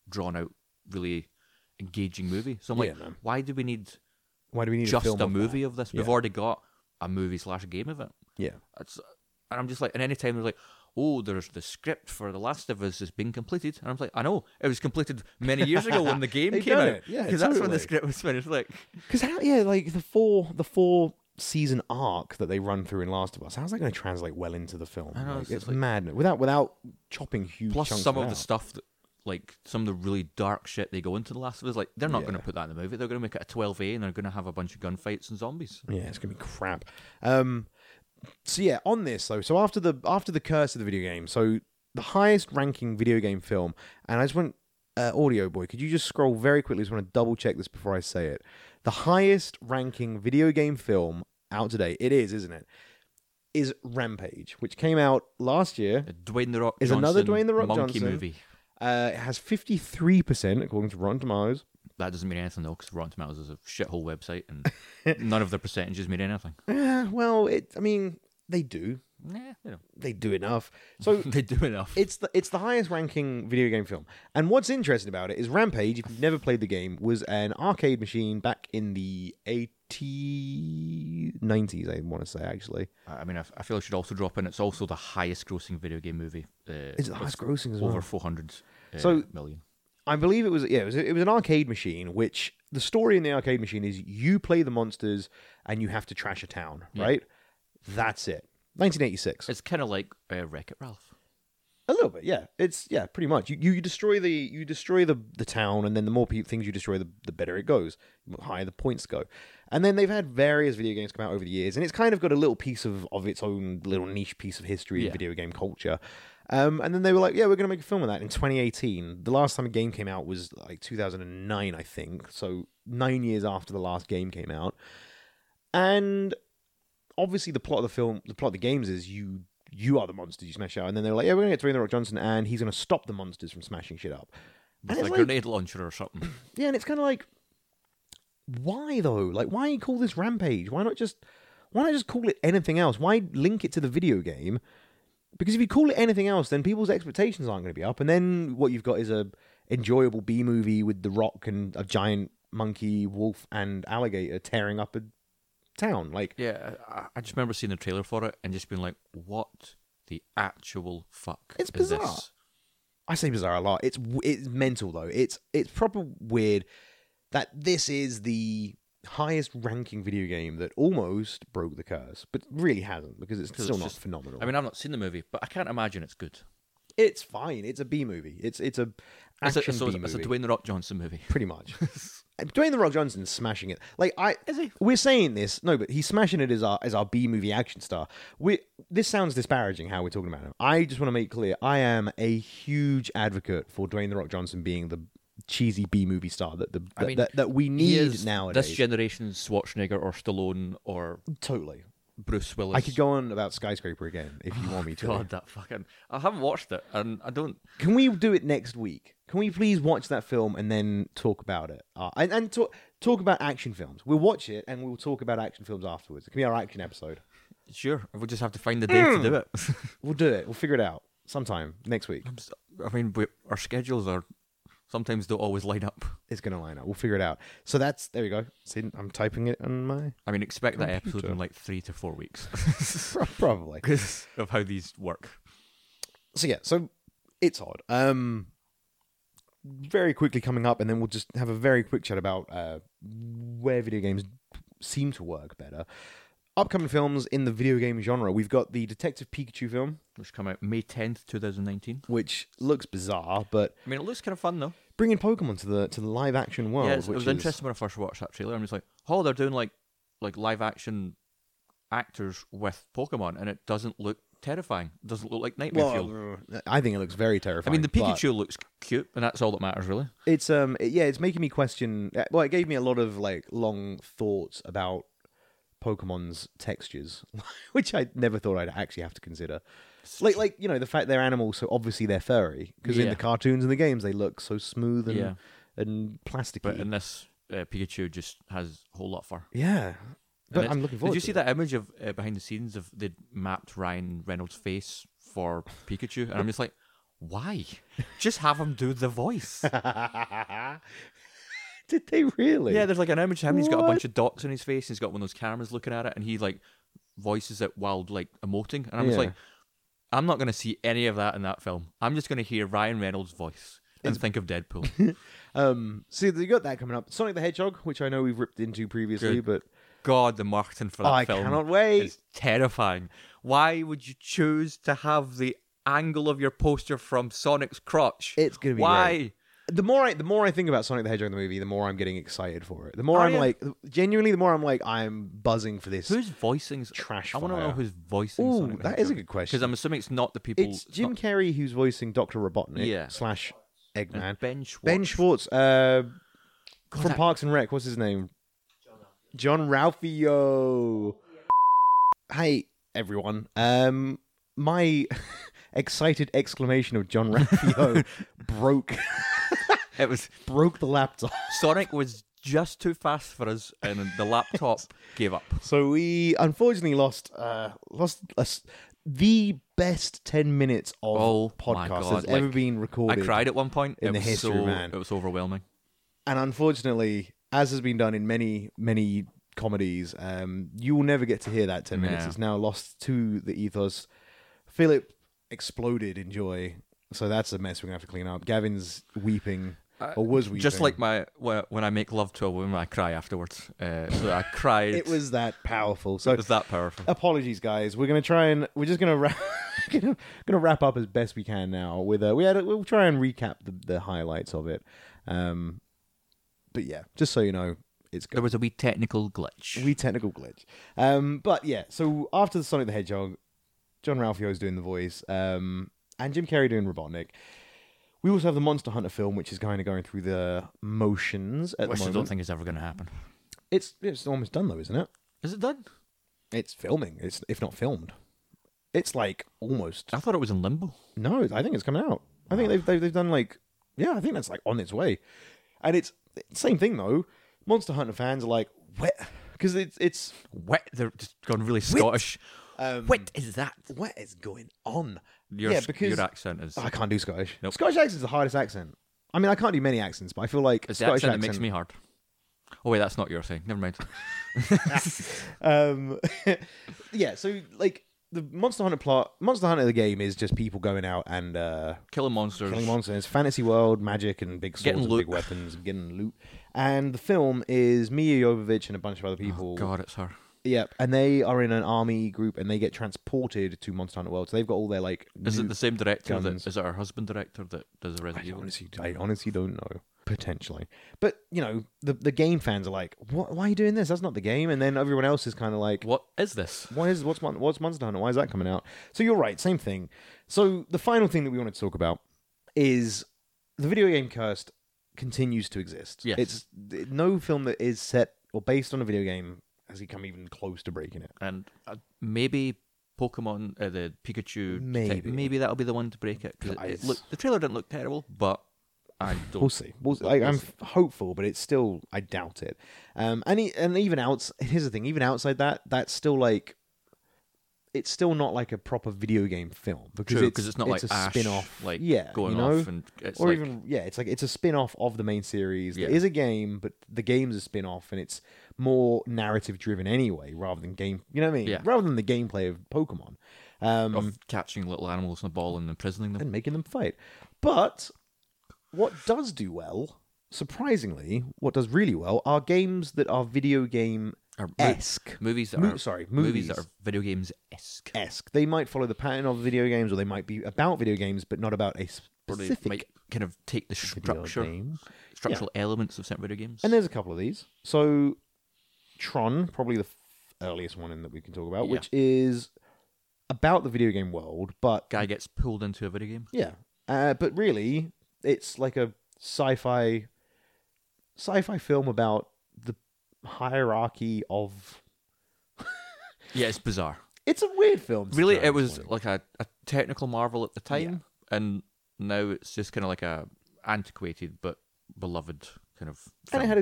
[SPEAKER 1] drawn out, really engaging movie. So I'm like,
[SPEAKER 2] Yeah, man.
[SPEAKER 1] why do we need
[SPEAKER 2] Why do we need
[SPEAKER 1] just
[SPEAKER 2] a, film
[SPEAKER 1] a,
[SPEAKER 2] of that?
[SPEAKER 1] movie of this? We've
[SPEAKER 2] Yeah.
[SPEAKER 1] already got a movie slash game of it.
[SPEAKER 2] Yeah,
[SPEAKER 1] It's, and I'm just like, and any time they're like, oh, there's the script for The Last of Us is being completed, and I'm like, I know it was completed many years ago when the game
[SPEAKER 2] They've
[SPEAKER 1] came
[SPEAKER 2] done
[SPEAKER 1] out,
[SPEAKER 2] it. Yeah,
[SPEAKER 1] that's when
[SPEAKER 2] totally.
[SPEAKER 1] the script was finished. Like,
[SPEAKER 2] because how? Yeah, like the four the four season arc that they run through in Last of Us. How's that going to translate well into the film?
[SPEAKER 1] know, it's
[SPEAKER 2] Like, it's
[SPEAKER 1] just like-
[SPEAKER 2] madness without without chopping huge.
[SPEAKER 1] plus
[SPEAKER 2] chunks
[SPEAKER 1] some of
[SPEAKER 2] it
[SPEAKER 1] the
[SPEAKER 2] out.
[SPEAKER 1] stuff that, like, some of the really dark shit they go into The Last of Us, like, they're not going
[SPEAKER 2] Yeah.
[SPEAKER 1] to put that in the movie. They're going to make it a 12A, and they're going to have a bunch of gunfights and zombies.
[SPEAKER 2] Yeah, it's gonna be crap. Um, so yeah, on this though, so after the after the curse of the video game, so the highest ranking video game film, and I just want uh, audio boy, could you just scroll very quickly? Just want to double check this before I say it. The highest ranking video game film out today, it is, isn't it? Is Rampage, which came out last year.
[SPEAKER 1] A Dwayne the Rock
[SPEAKER 2] Is another
[SPEAKER 1] Johnson
[SPEAKER 2] Dwayne The Rock
[SPEAKER 1] monkey
[SPEAKER 2] Johnson.
[SPEAKER 1] movie.
[SPEAKER 2] Uh, it has fifty three percent according to Rotten Tomatoes.
[SPEAKER 1] That doesn't mean anything though, because Rotten Tomatoes is a shithole website, and none of the percentages mean anything.
[SPEAKER 2] Uh, well, it. I mean, they do.
[SPEAKER 1] Yeah, you know,
[SPEAKER 2] They do enough. So
[SPEAKER 1] they do enough.
[SPEAKER 2] It's the it's the highest ranking video game film. And what's interesting about it is Rampage, if you've never played the game, was an arcade machine back in the 80 90s, I want to say actually.
[SPEAKER 1] I I mean, I, f- I feel I should also drop in. It's also the highest grossing video game movie. Uh,
[SPEAKER 2] Is it the
[SPEAKER 1] with
[SPEAKER 2] highest grossing as well?
[SPEAKER 1] Over 400 uh,
[SPEAKER 2] So-
[SPEAKER 1] million.
[SPEAKER 2] I believe it was yeah, it was it was an arcade machine which the story in the arcade machine is you play the monsters and you have to trash a town, right? That's it. 1986.
[SPEAKER 1] It's kind of like uh, Wreck It Ralph.
[SPEAKER 2] A little bit, yeah. It's yeah, pretty much. You, you you destroy the you destroy the the town, and then the more pe- things you destroy, the, the better it goes. The higher the points go, and then they've had various video games come out over the years, and it's kind of got a little piece of of its own little niche piece of history in
[SPEAKER 1] Yeah.
[SPEAKER 2] video game culture. Um, and then they were like, yeah, we're going to make a film of that in 2018. The last time a game came out was like 2009, I think. So nine years after the last game came out, and obviously the plot of the film, the plot of the games is you you are the monsters you smash out, and then they're like, yeah, we're gonna get Dwayne the Rock Johnson, and he's gonna stop the monsters from smashing shit up. And
[SPEAKER 1] With
[SPEAKER 2] it's
[SPEAKER 1] a
[SPEAKER 2] like-
[SPEAKER 1] grenade launcher or something.
[SPEAKER 2] yeah, and it's kind of like, why though? Like, why call this Rampage? Why not just, why not just call it anything else? Why link it to the video game? Because if you call it anything else, then people's expectations aren't going to be up, and then what you've got is a enjoyable B movie with The Rock and a giant monkey, wolf, and alligator tearing up a town. Like,
[SPEAKER 1] yeah, I, I just remember seeing the trailer for it and just being like, "What the actual fuck
[SPEAKER 2] It's
[SPEAKER 1] is
[SPEAKER 2] bizarre.
[SPEAKER 1] this?"
[SPEAKER 2] I say bizarre a lot. It's it's mental though. It's it's proper weird that this is the highest ranking video game that almost broke the curse, but really hasn't because it's
[SPEAKER 1] 'Cause
[SPEAKER 2] still
[SPEAKER 1] it's
[SPEAKER 2] not
[SPEAKER 1] just-
[SPEAKER 2] phenomenal.
[SPEAKER 1] I mean, I've not seen the movie, but I can't imagine it's good.
[SPEAKER 2] it's fine. It's a B movie. It's it's a
[SPEAKER 1] It's a,
[SPEAKER 2] action
[SPEAKER 1] so it's,
[SPEAKER 2] B
[SPEAKER 1] it's a
[SPEAKER 2] movie.
[SPEAKER 1] Dwayne the Rock Johnson movie.
[SPEAKER 2] pretty much. And Dwayne the Rock Johnson's smashing it. Like I,
[SPEAKER 1] Is he?
[SPEAKER 2] we're saying this, no, but he's smashing it as our as our B movie action star. We this sounds disparaging how we're talking about him. I just want to make clear, I am a huge advocate for Dwayne the Rock Johnson being the cheesy B movie star that the
[SPEAKER 1] I mean,
[SPEAKER 2] that, that we
[SPEAKER 1] He
[SPEAKER 2] need
[SPEAKER 1] is
[SPEAKER 2] nowadays.
[SPEAKER 1] This generation's Schwarzenegger or Stallone or
[SPEAKER 2] totally.
[SPEAKER 1] Bruce Willis.
[SPEAKER 2] I could go on about skyscraper again if you want me to.
[SPEAKER 1] God, that fucking. I haven't watched it, and I don't.
[SPEAKER 2] Can we do it next week? Can we please watch that film and then talk about it? Uh, and and talk, talk about action films. We'll watch it and we'll talk about action films afterwards. It can be our action episode.
[SPEAKER 1] Sure, we'll just have to find the day
[SPEAKER 2] Hmm.
[SPEAKER 1] to do it.
[SPEAKER 2] We'll do it. We'll figure it out sometime next week.
[SPEAKER 1] I'm s- I mean, we, our schedules are sometimes don't always line up.
[SPEAKER 2] It's going to line up. We'll figure it out. So that's, there we go. See, I'm typing it on my,
[SPEAKER 1] I mean, expect that episode
[SPEAKER 2] Computer.
[SPEAKER 1] in like three to four weeks
[SPEAKER 2] Pro- probably.
[SPEAKER 1] because of how these work.
[SPEAKER 2] So yeah, so it's odd. Um, very quickly coming up, and then we'll just have a very quick chat about uh, where video games seem to work better. Upcoming films in the video game genre. We've got the Detective Pikachu film,
[SPEAKER 1] Which come out May tenth, two thousand nineteen.
[SPEAKER 2] which looks bizarre, but
[SPEAKER 1] I mean, it looks kind of fun though.
[SPEAKER 2] bringing Pokemon to the to the live action world,
[SPEAKER 1] yeah, it's- it
[SPEAKER 2] Oh, which
[SPEAKER 1] was
[SPEAKER 2] is
[SPEAKER 1] interesting when I first watched that trailer. I'm just like, oh, they're doing like like live action actors with Pokemon, and it doesn't look terrifying. It doesn't look like Nightmare Fuel.
[SPEAKER 2] Well, I think it looks very
[SPEAKER 1] I
[SPEAKER 2] terrifying.
[SPEAKER 1] mean, the
[SPEAKER 2] but-
[SPEAKER 1] Pikachu looks cute, and that's all that matters, really.
[SPEAKER 2] it's um it- yeah it's making me question uh, well it gave me a lot of like long thoughts about pokemon's textures which i never thought i'd actually have to consider like like you know the fact they're animals so obviously they're furry because in
[SPEAKER 1] Yeah.
[SPEAKER 2] the cartoons and the games they look so smooth and
[SPEAKER 1] Yeah.
[SPEAKER 2] and plasticky
[SPEAKER 1] But in this, uh, Pikachu just has a whole lot fur.
[SPEAKER 2] yeah
[SPEAKER 1] And
[SPEAKER 2] but
[SPEAKER 1] it's-
[SPEAKER 2] i'm looking forward
[SPEAKER 1] Did you
[SPEAKER 2] to
[SPEAKER 1] see
[SPEAKER 2] it.
[SPEAKER 1] that image of uh, behind the scenes of they mapped Ryan Reynolds' face for Pikachu? And I'm just like, why? Just have him do the voice.
[SPEAKER 2] did they really
[SPEAKER 1] yeah, there's like an image of him. He's got a
[SPEAKER 2] What?
[SPEAKER 1] bunch of dots on his face. He's got one of those cameras looking at it, and he like voices it while like emoting. And I'm just
[SPEAKER 2] Yeah.
[SPEAKER 1] like, I'm not going to see any of that in that film. I'm just going to hear Ryan Reynolds' voice and think of Deadpool.
[SPEAKER 2] um see you got that coming up sonic the hedgehog which i know we've ripped into previously
[SPEAKER 1] Good.
[SPEAKER 2] but
[SPEAKER 1] God, the marketing for that
[SPEAKER 2] I
[SPEAKER 1] film
[SPEAKER 2] cannot wait.
[SPEAKER 1] is terrifying. Why would you choose to have the angle of your poster from Sonic's crotch?
[SPEAKER 2] It's gonna be
[SPEAKER 1] why.
[SPEAKER 2] great. the more I the more I think about Sonic the Hedgehog the movie, the more I'm getting excited for it. The more
[SPEAKER 1] Are
[SPEAKER 2] I'm
[SPEAKER 1] you?
[SPEAKER 2] like, genuinely, the more I'm like, I'm buzzing for this.
[SPEAKER 1] Who's voicing?
[SPEAKER 2] Trash
[SPEAKER 1] I want to
[SPEAKER 2] fire.
[SPEAKER 1] know who's voicing.
[SPEAKER 2] Ooh,
[SPEAKER 1] Sonic
[SPEAKER 2] that is a good question.
[SPEAKER 1] Because I'm assuming it's not the people.
[SPEAKER 2] it's Jim Carrey who's voicing Doctor Robotnik
[SPEAKER 1] Yeah.
[SPEAKER 2] slash
[SPEAKER 1] not-
[SPEAKER 2] Eggman.
[SPEAKER 1] Ben Schwartz.
[SPEAKER 2] Ben Schwartz, uh,
[SPEAKER 1] God,
[SPEAKER 2] from
[SPEAKER 1] that-
[SPEAKER 2] Parks and Rec. What's his name? John Ralphio. Hey everyone. Um, my excited exclamation of John Ralphio broke
[SPEAKER 1] It was
[SPEAKER 2] broke the laptop.
[SPEAKER 1] Sonic was just too fast for us, and the laptop gave up.
[SPEAKER 2] So we unfortunately lost uh, lost us the best ten minutes of
[SPEAKER 1] Oh my
[SPEAKER 2] podcast
[SPEAKER 1] God,
[SPEAKER 2] that's ever
[SPEAKER 1] like,
[SPEAKER 2] been recorded.
[SPEAKER 1] I cried at one point.
[SPEAKER 2] in
[SPEAKER 1] it
[SPEAKER 2] the
[SPEAKER 1] was
[SPEAKER 2] history,
[SPEAKER 1] so,
[SPEAKER 2] man.
[SPEAKER 1] It was overwhelming.
[SPEAKER 2] and unfortunately, as has been done in many many comedies, um, you will never get to hear that ten minutes.
[SPEAKER 1] No.
[SPEAKER 2] It's now lost to the ethos. Philip exploded in joy, so that's a mess we're gonna have to clean up. Gavin's weeping. or was we?
[SPEAKER 1] Uh, Just like my wh- when I make love to a woman, I cry afterwards. Uh, so I cried.
[SPEAKER 2] it was that powerful. So
[SPEAKER 1] It was that powerful.
[SPEAKER 2] apologies, guys. We're gonna try and we're just gonna wrap, gonna, gonna wrap up as best we can now. With uh, we had a, we'll try and recap the, the highlights of it. Um, but yeah, just so you know, it's good.
[SPEAKER 1] There was a wee technical glitch.
[SPEAKER 2] We technical glitch. Um, but yeah, so after the Sonic the Hedgehog, John Ralphio is doing the voice, um, and Jim Carrey doing Robotnik. We also have the Monster Hunter film, which is kind of going through the motions at
[SPEAKER 1] which
[SPEAKER 2] the
[SPEAKER 1] I
[SPEAKER 2] moment.
[SPEAKER 1] don't think is ever going to happen.
[SPEAKER 2] it's it's almost done though, isn't it?
[SPEAKER 1] Is it done?
[SPEAKER 2] It's filming. It's if not filmed, it's like almost.
[SPEAKER 1] I thought it was in limbo.
[SPEAKER 2] No, I think it's coming out. I think they've, they've they've done like yeah, I think that's like on its way, and it's same thing though. Monster Hunter fans are like what because it's it's
[SPEAKER 1] What? They're just gone really Scottish.
[SPEAKER 2] um,
[SPEAKER 1] What is that?
[SPEAKER 2] what is going on?
[SPEAKER 1] Your,
[SPEAKER 2] yeah,
[SPEAKER 1] s-
[SPEAKER 2] because
[SPEAKER 1] your accent is.
[SPEAKER 2] I can't do Scottish.
[SPEAKER 1] Nope.
[SPEAKER 2] Scottish accent is the hardest accent. I mean, I can't do many accents, but I feel like
[SPEAKER 1] It's the
[SPEAKER 2] Scottish
[SPEAKER 1] accent that makes me hard. Oh wait, that's not your thing. Never mind.
[SPEAKER 2] Um, yeah, so like the Monster Hunter plot, Monster Hunter the game is just people going out and uh,
[SPEAKER 1] Killing monsters.
[SPEAKER 2] killing monsters, fantasy world, magic, and big swords
[SPEAKER 1] Getting
[SPEAKER 2] and
[SPEAKER 1] loot.
[SPEAKER 2] big weapons, and getting loot. And the film is Mia Jovovich and a bunch of other people.
[SPEAKER 1] Oh, God, it's her.
[SPEAKER 2] Yep, and they are in an army group, and they get transported to Monster Hunter World. So they've got all their like.
[SPEAKER 1] Is it
[SPEAKER 2] new-
[SPEAKER 1] the same director
[SPEAKER 2] guns.
[SPEAKER 1] that is it her husband director that does Resident
[SPEAKER 2] I
[SPEAKER 1] Evil?
[SPEAKER 2] honestly, I honestly don't know. Potentially, but you know, the the game fans are like, "What? Why are you doing this? That's not the game." And then everyone else is kind of like,
[SPEAKER 1] What is this?
[SPEAKER 2] "Why is what's Mon- what's Monster Hunter? Why is that coming out?" So you're right, same thing. So the final thing that we wanted to talk about is the video game cursed continues to exist.
[SPEAKER 1] Yes.
[SPEAKER 2] it's no film that is set or based on a video game has come even close to breaking it.
[SPEAKER 1] And uh, maybe Pokemon, uh, the Pikachu, detect-
[SPEAKER 2] Maybe.
[SPEAKER 1] maybe that'll be the one to break it. 'cause it- it
[SPEAKER 2] Nice.
[SPEAKER 1] looked- the trailer didn't look terrible, but I don't.
[SPEAKER 2] We'll see. We'll, I, I'm hopeful, but it's still I doubt it. Um, and e- and even outs here's the thing. Even outside that, that's still like it's still not like a proper video game film because
[SPEAKER 1] True,
[SPEAKER 2] it's,
[SPEAKER 1] 'cause it's not like
[SPEAKER 2] a
[SPEAKER 1] Ash,
[SPEAKER 2] spin-off,
[SPEAKER 1] like
[SPEAKER 2] yeah,
[SPEAKER 1] going
[SPEAKER 2] you know?
[SPEAKER 1] off, and it's
[SPEAKER 2] or
[SPEAKER 1] like,
[SPEAKER 2] even yeah, it's like it's a spin-off of the main series. It
[SPEAKER 1] Yeah.
[SPEAKER 2] is a game, but the game's a spin-off, and it's more narrative-driven anyway, rather than game. You know what I mean?
[SPEAKER 1] Yeah.
[SPEAKER 2] Rather than the gameplay of Pokemon. Um,
[SPEAKER 1] of catching little animals in a ball and imprisoning them.
[SPEAKER 2] and making them fight. But what does do well, surprisingly, what does really well are games that are video game
[SPEAKER 1] Or mo-
[SPEAKER 2] esque.
[SPEAKER 1] movies that
[SPEAKER 2] Mo-
[SPEAKER 1] are
[SPEAKER 2] sorry,
[SPEAKER 1] movies that are
[SPEAKER 2] movies.
[SPEAKER 1] video games esque.
[SPEAKER 2] Esque. They might follow the pattern of video games, or they might be about video games, but not about a
[SPEAKER 1] Or they
[SPEAKER 2] specific
[SPEAKER 1] might kind of take the
[SPEAKER 2] video
[SPEAKER 1] structure,
[SPEAKER 2] game.
[SPEAKER 1] structural elements of certain video games.
[SPEAKER 2] And there's a couple of these. So, Tron, probably the f- earliest one in that we can talk about,
[SPEAKER 1] Yeah.
[SPEAKER 2] which is about the video game world, but
[SPEAKER 1] guy gets pulled into a video game.
[SPEAKER 2] Yeah. Uh, but really, it's like a sci-fi sci-fi film about the hierarchy of
[SPEAKER 1] Yeah, it's bizarre.
[SPEAKER 2] it's a weird film.
[SPEAKER 1] really it
[SPEAKER 2] sometimes,
[SPEAKER 1] was
[SPEAKER 2] like-
[SPEAKER 1] like a, a technical marvel at the time and now it's just kind of like a antiquated but beloved kind of
[SPEAKER 2] and
[SPEAKER 1] film.
[SPEAKER 2] it had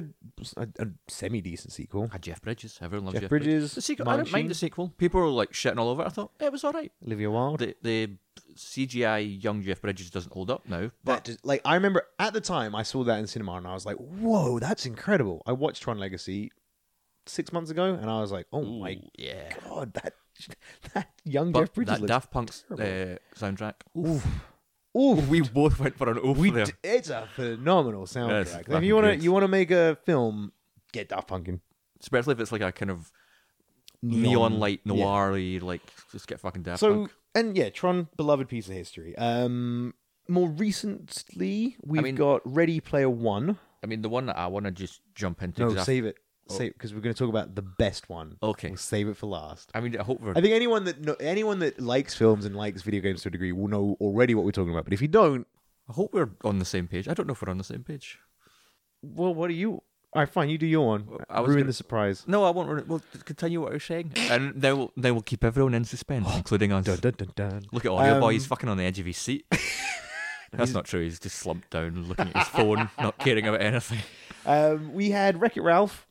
[SPEAKER 2] a, a, a semi decent sequel.
[SPEAKER 1] Had Jeff Bridges. Everyone loves
[SPEAKER 2] Jeff
[SPEAKER 1] Jeff,
[SPEAKER 2] Bridges,
[SPEAKER 1] The sequel, I didn't mind
[SPEAKER 2] Munchie.
[SPEAKER 1] the sequel. People were like shitting all over. it. I thought it was all right.
[SPEAKER 2] Olivia Wilde.
[SPEAKER 1] The the CGI young Jeff Bridges doesn't hold up now,
[SPEAKER 2] That
[SPEAKER 1] but
[SPEAKER 2] just, like I remember at the time I saw that in cinema and I was like, "Whoa, that's incredible!" I watched Tron Legacy six months ago and I was like, "Oh my
[SPEAKER 1] Ooh, yeah.
[SPEAKER 2] god, that that young
[SPEAKER 1] But
[SPEAKER 2] Jeff Bridges
[SPEAKER 1] that
[SPEAKER 2] looks
[SPEAKER 1] Daft Punk's uh,
[SPEAKER 2] terrible.
[SPEAKER 1] soundtrack. Oof.
[SPEAKER 2] Oof.
[SPEAKER 1] We both went for an oof
[SPEAKER 2] We
[SPEAKER 1] there.
[SPEAKER 2] d- it's a phenomenal soundtrack. if
[SPEAKER 1] fucking
[SPEAKER 2] you want to,
[SPEAKER 1] good.
[SPEAKER 2] you want to make a film, get Daft Punk in
[SPEAKER 1] Especially if it's like a kind of neon light
[SPEAKER 2] yeah.
[SPEAKER 1] noir like just get fucking Daft
[SPEAKER 2] So
[SPEAKER 1] Punk.
[SPEAKER 2] and yeah, Tron, beloved piece of history. Um, more recently, we've
[SPEAKER 1] mean-
[SPEAKER 2] got Ready Player One.
[SPEAKER 1] I mean, the one that I want to just jump into.
[SPEAKER 2] No,
[SPEAKER 1] 'cause I-
[SPEAKER 2] save it, save because we're going to talk about the best one.
[SPEAKER 1] Oh. Okay.
[SPEAKER 2] we'll save it for last.
[SPEAKER 1] I mean, I hope we're.
[SPEAKER 2] I think anyone that kno- anyone that likes films and likes video games to a degree will know already what we're talking about. But if you don't,
[SPEAKER 1] I hope we're on the same page. I don't know if we're on the same page.
[SPEAKER 2] well, what are you? All right, fine, you do your one.
[SPEAKER 1] I was
[SPEAKER 2] Ruin
[SPEAKER 1] gonna-
[SPEAKER 2] the surprise.
[SPEAKER 1] No, I won't. run it. We'll continue what we're saying, Oh, and then we'll, then we'll keep everyone in suspense, including us.
[SPEAKER 2] Dun, dun, dun, dun.
[SPEAKER 1] Look at Audio Boy.
[SPEAKER 2] Um,
[SPEAKER 1] He's fucking on the edge of his seat. That's not true. He's just slumped down, looking at his phone, not caring about anything.
[SPEAKER 2] Um, we had Wreck It Ralph.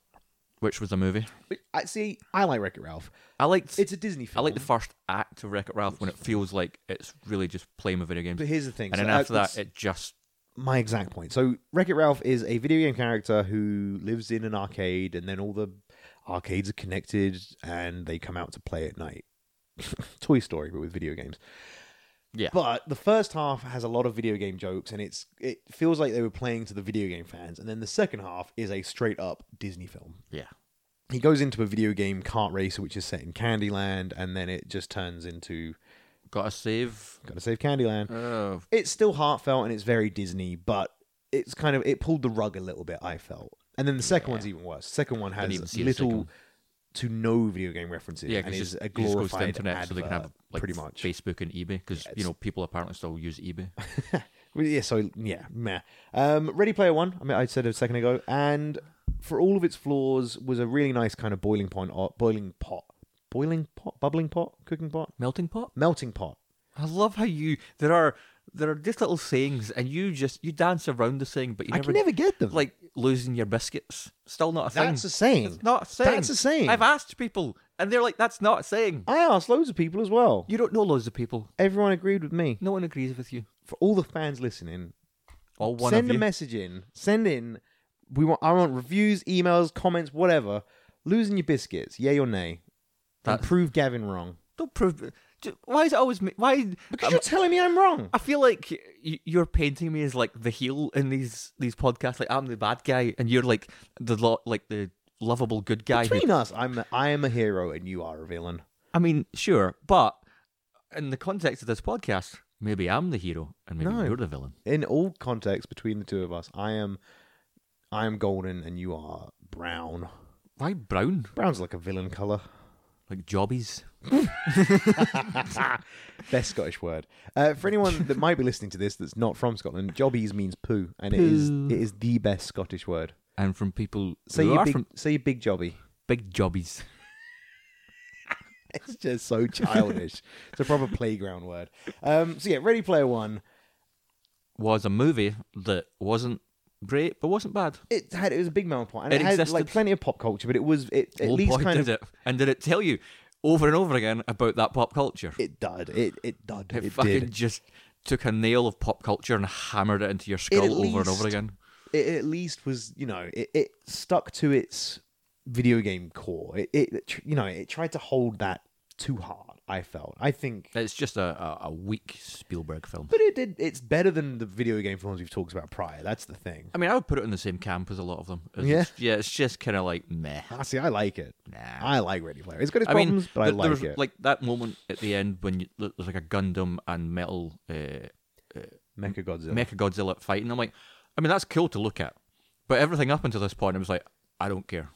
[SPEAKER 1] Which was a movie.
[SPEAKER 2] But I see. I like Wreck It Ralph.
[SPEAKER 1] I liked.
[SPEAKER 2] It's a Disney
[SPEAKER 1] I
[SPEAKER 2] film.
[SPEAKER 1] like the first act of Wreck It Ralph when it feels like it's really just playing with video games,
[SPEAKER 2] But here's the thing.
[SPEAKER 1] and then
[SPEAKER 2] so, uh,
[SPEAKER 1] after that,
[SPEAKER 2] it's
[SPEAKER 1] it just
[SPEAKER 2] my exact point. So Wreck It Ralph is a video game character who lives in an arcade, and then all the arcades are connected, and they come out to play at night. Toy Story, but with video games.
[SPEAKER 1] Yeah.
[SPEAKER 2] But the first half has a lot of video game jokes, and it's it feels like they were playing to the video game fans. And then the second half is a straight up Disney film.
[SPEAKER 1] Yeah.
[SPEAKER 2] He goes into a video game kart racer, which is set in Candyland, and then it just turns into
[SPEAKER 1] Got to save.
[SPEAKER 2] gotta save Candyland.
[SPEAKER 1] Uh,
[SPEAKER 2] It's still heartfelt and it's very Disney, but it's kind of it pulled the rug a little bit. I felt, and then the second one's even worse. second one
[SPEAKER 1] even
[SPEAKER 2] has
[SPEAKER 1] see the second
[SPEAKER 2] little
[SPEAKER 1] one.
[SPEAKER 2] to no video game references,
[SPEAKER 1] yeah,
[SPEAKER 2] and
[SPEAKER 1] because
[SPEAKER 2] is
[SPEAKER 1] just,
[SPEAKER 2] a
[SPEAKER 1] you just goes to
[SPEAKER 2] glorified
[SPEAKER 1] the internet so they can have
[SPEAKER 2] advert,
[SPEAKER 1] like
[SPEAKER 2] pretty much
[SPEAKER 1] Facebook and eBay because you know people apparently still use eBay.
[SPEAKER 2] Well, yeah, so yeah, meh. Um, Ready Player One, I mean, I said a second ago, and for all of its flaws, was a really nice kind of boiling point, or boiling pot, boiling pot, bubbling pot, cooking pot,
[SPEAKER 1] Melting pot.
[SPEAKER 2] melting pot.
[SPEAKER 1] I love how you there are there are just little sayings and you just you dance around the saying, but you
[SPEAKER 2] I
[SPEAKER 1] never,
[SPEAKER 2] can never get them.
[SPEAKER 1] like losing your biscuits. Still not a thing.
[SPEAKER 2] that's a saying.
[SPEAKER 1] It's not a saying.
[SPEAKER 2] That's a saying.
[SPEAKER 1] I've asked people and they're like, that's not a saying.
[SPEAKER 2] I asked loads of people as well.
[SPEAKER 1] You don't know loads of people.
[SPEAKER 2] Everyone agreed with me.
[SPEAKER 1] No one agrees with you.
[SPEAKER 2] For all the fans listening,
[SPEAKER 1] All one
[SPEAKER 2] send
[SPEAKER 1] of
[SPEAKER 2] a
[SPEAKER 1] you.
[SPEAKER 2] message in. Send in. We want. I want reviews, emails, comments, whatever. Losing your biscuits, yay or nay? And
[SPEAKER 1] That's-
[SPEAKER 2] prove Gavin wrong
[SPEAKER 1] don't prove. ju- Why is it always me? Why?
[SPEAKER 2] because
[SPEAKER 1] I'm-
[SPEAKER 2] you're telling me I'm wrong.
[SPEAKER 1] I feel like y- you're painting me as like the heel in these these podcasts. Like I'm the bad guy, and you're like the lo- like the lovable good guy. who-
[SPEAKER 2] Between us, I'm a, I am a hero and you are a villain.
[SPEAKER 1] I mean, sure, but in the context of this podcast, maybe I'm the hero and maybe
[SPEAKER 2] No.
[SPEAKER 1] you're the villain.
[SPEAKER 2] In all contexts between the two of us, I am I am golden and you are brown.
[SPEAKER 1] Why brown?
[SPEAKER 2] Brown's like a villain color.
[SPEAKER 1] Like jobbies?
[SPEAKER 2] Best Scottish word. Uh, for anyone that might be listening to this that's not from Scotland, jobbies means poo, and it is
[SPEAKER 1] Poo.
[SPEAKER 2] it is the best Scottish word.
[SPEAKER 1] And from people
[SPEAKER 2] Say
[SPEAKER 1] who
[SPEAKER 2] you
[SPEAKER 1] are
[SPEAKER 2] big,
[SPEAKER 1] from
[SPEAKER 2] say you big jobby.
[SPEAKER 1] big jobbies.
[SPEAKER 2] It's just so childish. it's a proper playground word. Um, so yeah, Ready Player One.
[SPEAKER 1] Was a movie that wasn't great but wasn't bad.
[SPEAKER 2] It had it was a big melting pot, and it,
[SPEAKER 1] It
[SPEAKER 2] had like
[SPEAKER 1] existed.
[SPEAKER 2] plenty of pop culture, but it was it at
[SPEAKER 1] Old
[SPEAKER 2] least
[SPEAKER 1] boy,
[SPEAKER 2] kind of
[SPEAKER 1] did it. And did it tell you over and over again about that pop culture?
[SPEAKER 2] It did. It it did. It,
[SPEAKER 1] It fucking
[SPEAKER 2] did.
[SPEAKER 1] just took a nail of pop culture and hammered it into your
[SPEAKER 2] It
[SPEAKER 1] skull
[SPEAKER 2] at
[SPEAKER 1] over and over
[SPEAKER 2] least-
[SPEAKER 1] again.
[SPEAKER 2] It at least was you know it, it stuck to its video game core. It, it it tr- you know it tried to hold that too hard. I felt. I think.
[SPEAKER 1] It's just a, a, a weak Spielberg film.
[SPEAKER 2] But it did. It's better than the video game films we've talked about prior. That's the thing.
[SPEAKER 1] I mean, I would put it in the same camp as a lot of them. It's
[SPEAKER 2] Yeah.
[SPEAKER 1] just- yeah, it's just kind of like meh.
[SPEAKER 2] Ah, see, I like it.
[SPEAKER 1] Nah.
[SPEAKER 2] I like Ready Player. It's got its
[SPEAKER 1] I mean,
[SPEAKER 2] problems, but I
[SPEAKER 1] th- there
[SPEAKER 2] like
[SPEAKER 1] was,
[SPEAKER 2] it.
[SPEAKER 1] like that moment at the end when you, there's like a Gundam and Metal uh,
[SPEAKER 2] Mecha Godzilla.
[SPEAKER 1] Mecha Godzilla fighting. I'm like, I mean, that's cool to look at, but everything up until this point, I was like, I don't care.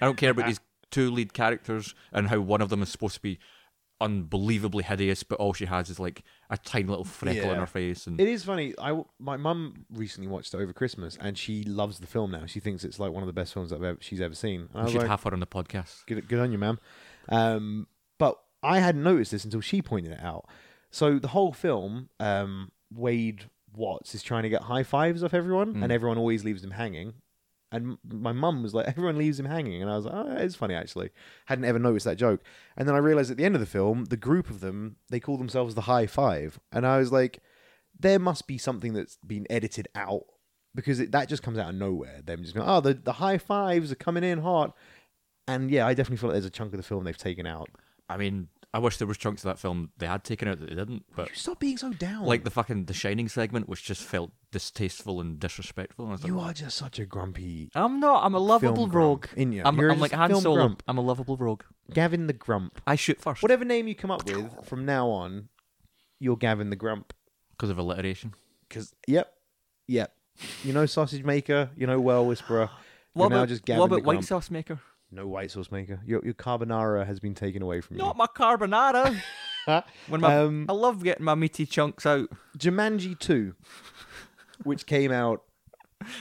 [SPEAKER 1] I don't care about these two lead characters and how one of them is supposed to be unbelievably hideous, but all she has is like a tiny little freckle
[SPEAKER 2] Yeah.
[SPEAKER 1] on her face. And
[SPEAKER 2] It is funny. I w- my mum recently watched it over Christmas, and she loves the film now. She thinks it's like one of the best films that I've ever, she's ever seen. And I
[SPEAKER 1] we
[SPEAKER 2] was
[SPEAKER 1] should
[SPEAKER 2] like,
[SPEAKER 1] have her on the podcast.
[SPEAKER 2] Good, good on you, ma'am. Um, but I hadn't noticed this until she pointed it out. So the whole film, um, Wade Watts is trying to get high fives off everyone, and everyone always leaves him hanging. And m- my mum was like, everyone leaves him hanging. And I was like, oh, it's funny, actually. Hadn't ever noticed that joke. And then I realized at the end of the film, the group of them, they call themselves the high five. And I was like, there must be something that's been edited out because it, that just comes out of nowhere. Them just going, oh, the, the high fives are coming in hot. And yeah, I definitely feel like there's a chunk of the film they've taken out.
[SPEAKER 1] I mean, I wish there was chunks of that film they had taken out that they didn't, but
[SPEAKER 2] Stop being so down.
[SPEAKER 1] like the fucking The Shining segment, which just felt distasteful and disrespectful. And I was like,
[SPEAKER 2] you are just such a grumpy
[SPEAKER 1] I'm not. I'm a lovable
[SPEAKER 2] grump,
[SPEAKER 1] rogue.
[SPEAKER 2] ain't ya?
[SPEAKER 1] I'm,
[SPEAKER 2] You're
[SPEAKER 1] I'm
[SPEAKER 2] just
[SPEAKER 1] like
[SPEAKER 2] a
[SPEAKER 1] Han
[SPEAKER 2] film
[SPEAKER 1] Solo.
[SPEAKER 2] grump.
[SPEAKER 1] I'm a lovable rogue.
[SPEAKER 2] Gavin the Grump.
[SPEAKER 1] I shoot first
[SPEAKER 2] Whatever name you come up with from now on, you're Gavin the Grump.
[SPEAKER 1] because of alliteration.
[SPEAKER 2] Because yep, yep. You know sausage maker. You know well whisperer. You're now just Gavin
[SPEAKER 1] what
[SPEAKER 2] the
[SPEAKER 1] about
[SPEAKER 2] Grump.
[SPEAKER 1] white sauce maker?
[SPEAKER 2] No white sauce maker. Your, your carbonara has been taken away from
[SPEAKER 1] Not my carbonara.
[SPEAKER 2] you.
[SPEAKER 1] When my,
[SPEAKER 2] Um,
[SPEAKER 1] I love getting my meaty chunks out.
[SPEAKER 2] Jumanji Two, which came out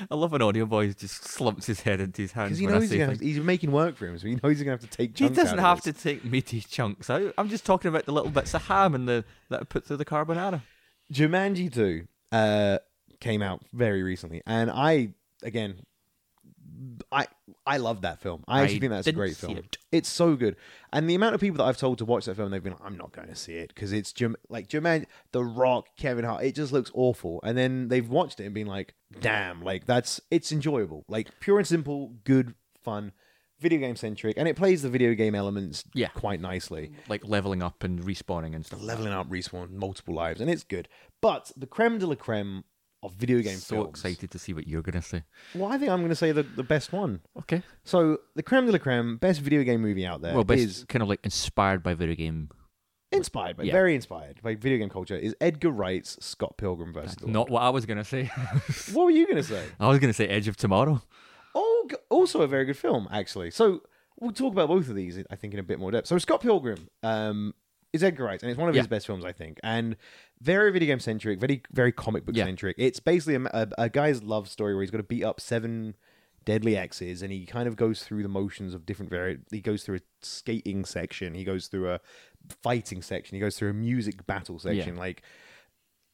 [SPEAKER 1] I love an audio boy who just slumps his head into his
[SPEAKER 2] because
[SPEAKER 1] hands
[SPEAKER 2] he
[SPEAKER 1] when I
[SPEAKER 2] knows he's,
[SPEAKER 1] say
[SPEAKER 2] gonna have
[SPEAKER 1] things.
[SPEAKER 2] to, he's making work for him, so he knows he's gonna have to take.
[SPEAKER 1] He
[SPEAKER 2] chunks
[SPEAKER 1] doesn't
[SPEAKER 2] out of
[SPEAKER 1] have
[SPEAKER 2] this.
[SPEAKER 1] to take meaty chunks out. I'm just talking about the little bits of ham and the that I put through the carbonara.
[SPEAKER 2] Jumanji 2 uh, came out very recently, and I again, I I love that film. I actually
[SPEAKER 1] I
[SPEAKER 2] think that's a
[SPEAKER 1] didn't
[SPEAKER 2] great
[SPEAKER 1] see
[SPEAKER 2] film.
[SPEAKER 1] it.
[SPEAKER 2] It's so good, and the amount of people that I've told to watch that film, they've been like, "I'm not going to see it" because it's Jum- like Jumanji, The Rock, Kevin Hart. It just looks awful, and then they've watched it and been like, "Damn, like that's it's enjoyable, like pure and simple, good fun." video game centric, and it plays the video game elements
[SPEAKER 1] Yeah.
[SPEAKER 2] quite nicely.
[SPEAKER 1] like leveling up and respawning and stuff.
[SPEAKER 2] Leveling up, respawn, multiple lives, and it's good. But the creme de la creme of video game
[SPEAKER 1] so
[SPEAKER 2] films.
[SPEAKER 1] excited to see what you're gonna say.
[SPEAKER 2] Well, I think I'm going to say the, the best one.
[SPEAKER 1] Okay.
[SPEAKER 2] So the creme de la creme, best video game movie out there,
[SPEAKER 1] Well, but
[SPEAKER 2] is
[SPEAKER 1] it's kind of like inspired by video game.
[SPEAKER 2] inspired by,
[SPEAKER 1] Yeah.
[SPEAKER 2] very inspired by video game culture, is Edgar Wright's Scott Pilgrim versus the
[SPEAKER 1] Not what I was gonna say.
[SPEAKER 2] World. What were you going to say?
[SPEAKER 1] I was gonna say Edge of Tomorrow.
[SPEAKER 2] Oh, g- also a very good film, actually. So we'll talk about both of these, I think, in a bit more depth. So Scott Pilgrim um, is Edgar Wright, and it's one of his
[SPEAKER 1] Yeah.
[SPEAKER 2] best films, I think, and very video game centric, very very comic book
[SPEAKER 1] Yeah.
[SPEAKER 2] centric. It's basically a, a, a guy's love story where he's got to beat up seven deadly exes, and he kind of goes through the motions of different vari- He goes through a skating section, he goes through a fighting section, he goes through a music battle section, like.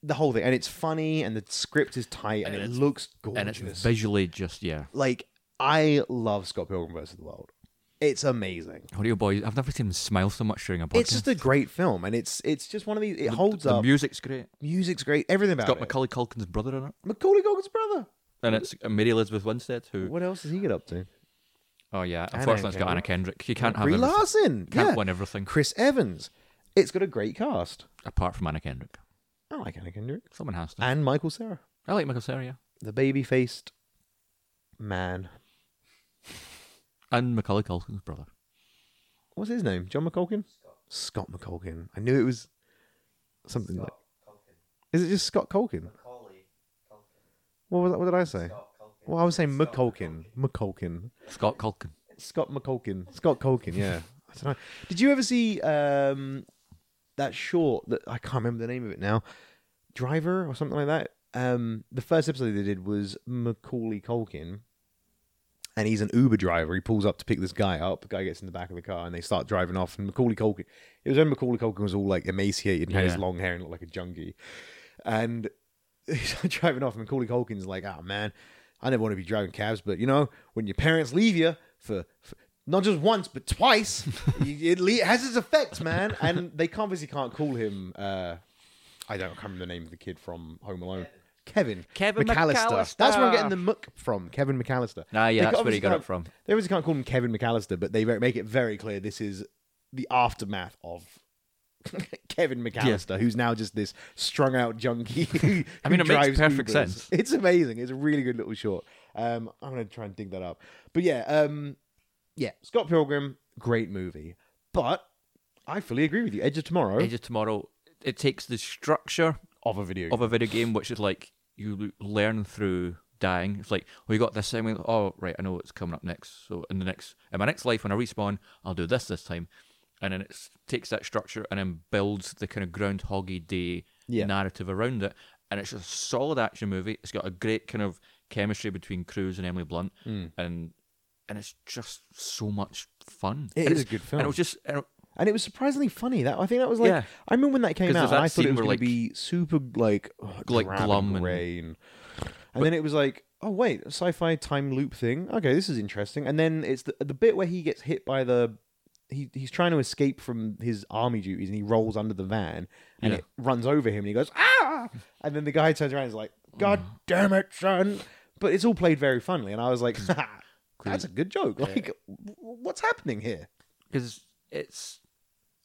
[SPEAKER 2] The whole thing, and it's funny, and the script is tight, and, it looks gorgeous,
[SPEAKER 1] And it's visually just yeah.
[SPEAKER 2] like I love Scott Pilgrim versus the World. It's amazing.
[SPEAKER 1] Audio boys, I've never seen them smile so much during a podcast.
[SPEAKER 2] It's just a great film, and it's it's just one of these. It holds
[SPEAKER 1] the
[SPEAKER 2] up.
[SPEAKER 1] music's great.
[SPEAKER 2] Music's great. Everything about
[SPEAKER 1] It's got
[SPEAKER 2] it.
[SPEAKER 1] Macaulay Culkin's brother in it,
[SPEAKER 2] Macaulay Culkin's brother.
[SPEAKER 1] and it's uh, Mary Elizabeth Winstead who.
[SPEAKER 2] What else does he get up to?
[SPEAKER 1] Oh yeah, unfortunately it's got Anna Kendrick. You can't have
[SPEAKER 2] Brie
[SPEAKER 1] everything,
[SPEAKER 2] Larson.
[SPEAKER 1] can't
[SPEAKER 2] yeah.
[SPEAKER 1] win everything
[SPEAKER 2] Chris Evans. It's got a great cast.
[SPEAKER 1] apart from Anna Kendrick.
[SPEAKER 2] I like Anna Kendrick
[SPEAKER 1] Someone has to.
[SPEAKER 2] and Michael Sarah,
[SPEAKER 1] I like Michael Cera, yeah.
[SPEAKER 2] the baby-faced man.
[SPEAKER 1] and Macaulay Culkin's brother.
[SPEAKER 2] What's his name? John McCulkin. Scott McCulkin. I knew it was something like. Is it just Scott Culkin? What, was, what did I say? Well, I was saying McCulkin. McCulkin.
[SPEAKER 1] Scott Culkin.
[SPEAKER 2] Scott McCulkin. Scott Culkin, yeah. I don't know. Did you ever see um, that short that I can't remember the name of it now? Driver or something like that? Um, the first episode they did was Macaulay Culkin. And he's an Uber driver. He pulls up to pick this guy up. The guy gets in the back of the car and they start driving off. And Macaulay Culkin, it was when Macaulay Culkin was all like emaciated and had his
[SPEAKER 1] Yeah.
[SPEAKER 2] long hair and looked like a junkie. And he's driving off, and Macaulay Culkin's like, "Ah, man, I never want to be driving cabs, but you know, when your parents leave you for, for not just once but twice, you- it, le- it has its effects, man." And they can't- obviously can't call him. Uh, I don't I can't remember the name of the kid from Home Alone. Kevin.
[SPEAKER 1] Kevin McAllister.
[SPEAKER 2] That's where I'm getting the muck from. Kevin McAllister.
[SPEAKER 1] Ah, yeah,
[SPEAKER 2] They
[SPEAKER 1] that's where he
[SPEAKER 2] obviously
[SPEAKER 1] got
[SPEAKER 2] can't-
[SPEAKER 1] it from.
[SPEAKER 2] They obviously can't call him Kevin McAllister, but they ve- make it very clear this is the aftermath of Kevin McAllister, who's now just this strung out junkie. who
[SPEAKER 1] I mean, it makes
[SPEAKER 2] drives
[SPEAKER 1] perfect
[SPEAKER 2] Ubers.
[SPEAKER 1] sense.
[SPEAKER 2] It's amazing. It's a really good little short. Um, I'm gonna try and dig that up. But yeah, um, yeah, Scott Pilgrim, great movie. But I fully agree with you. Edge of Tomorrow
[SPEAKER 1] Edge of Tomorrow. It takes the structure
[SPEAKER 2] of a video.
[SPEAKER 1] of a video game, which is like you l- learn through dying. It's like, oh, you got this thing. Oh, right, I know what's coming up next. So in the next, in my next life, when I respawn, I'll do this this time, and then it s- takes that structure and then builds the kind of groundhoggy day
[SPEAKER 2] Yeah.
[SPEAKER 1] narrative around it. And it's just a solid action movie. It's got a great kind of chemistry between Cruise and Emily Blunt,
[SPEAKER 2] Hmm.
[SPEAKER 1] and and it's just so much fun.
[SPEAKER 2] It
[SPEAKER 1] and
[SPEAKER 2] is
[SPEAKER 1] it's-
[SPEAKER 2] a good
[SPEAKER 1] And it
[SPEAKER 2] film.
[SPEAKER 1] was just and it-
[SPEAKER 2] and it was surprisingly funny. That I think that was like
[SPEAKER 1] Yeah.
[SPEAKER 2] I remember when that came
[SPEAKER 1] 'Cause
[SPEAKER 2] out.
[SPEAKER 1] there's
[SPEAKER 2] And
[SPEAKER 1] that
[SPEAKER 2] I thought it
[SPEAKER 1] scene
[SPEAKER 2] was
[SPEAKER 1] where, like-
[SPEAKER 2] going to be super like oh,
[SPEAKER 1] Like
[SPEAKER 2] drab
[SPEAKER 1] glum
[SPEAKER 2] and
[SPEAKER 1] and-
[SPEAKER 2] gray, and, and then it was like oh wait, a sci-fi time loop thing. Okay, this is interesting. And then it's the the bit where he gets hit by the he he's trying to escape from his army duties and he rolls under the van and
[SPEAKER 1] Yeah.
[SPEAKER 2] it runs over him and he goes ah, and then the guy turns around and is like God
[SPEAKER 1] Oh.
[SPEAKER 2] damn it, son. But it's all played very funnily, and I was like, that's a good joke. Like, w- what's happening here?
[SPEAKER 1] because it's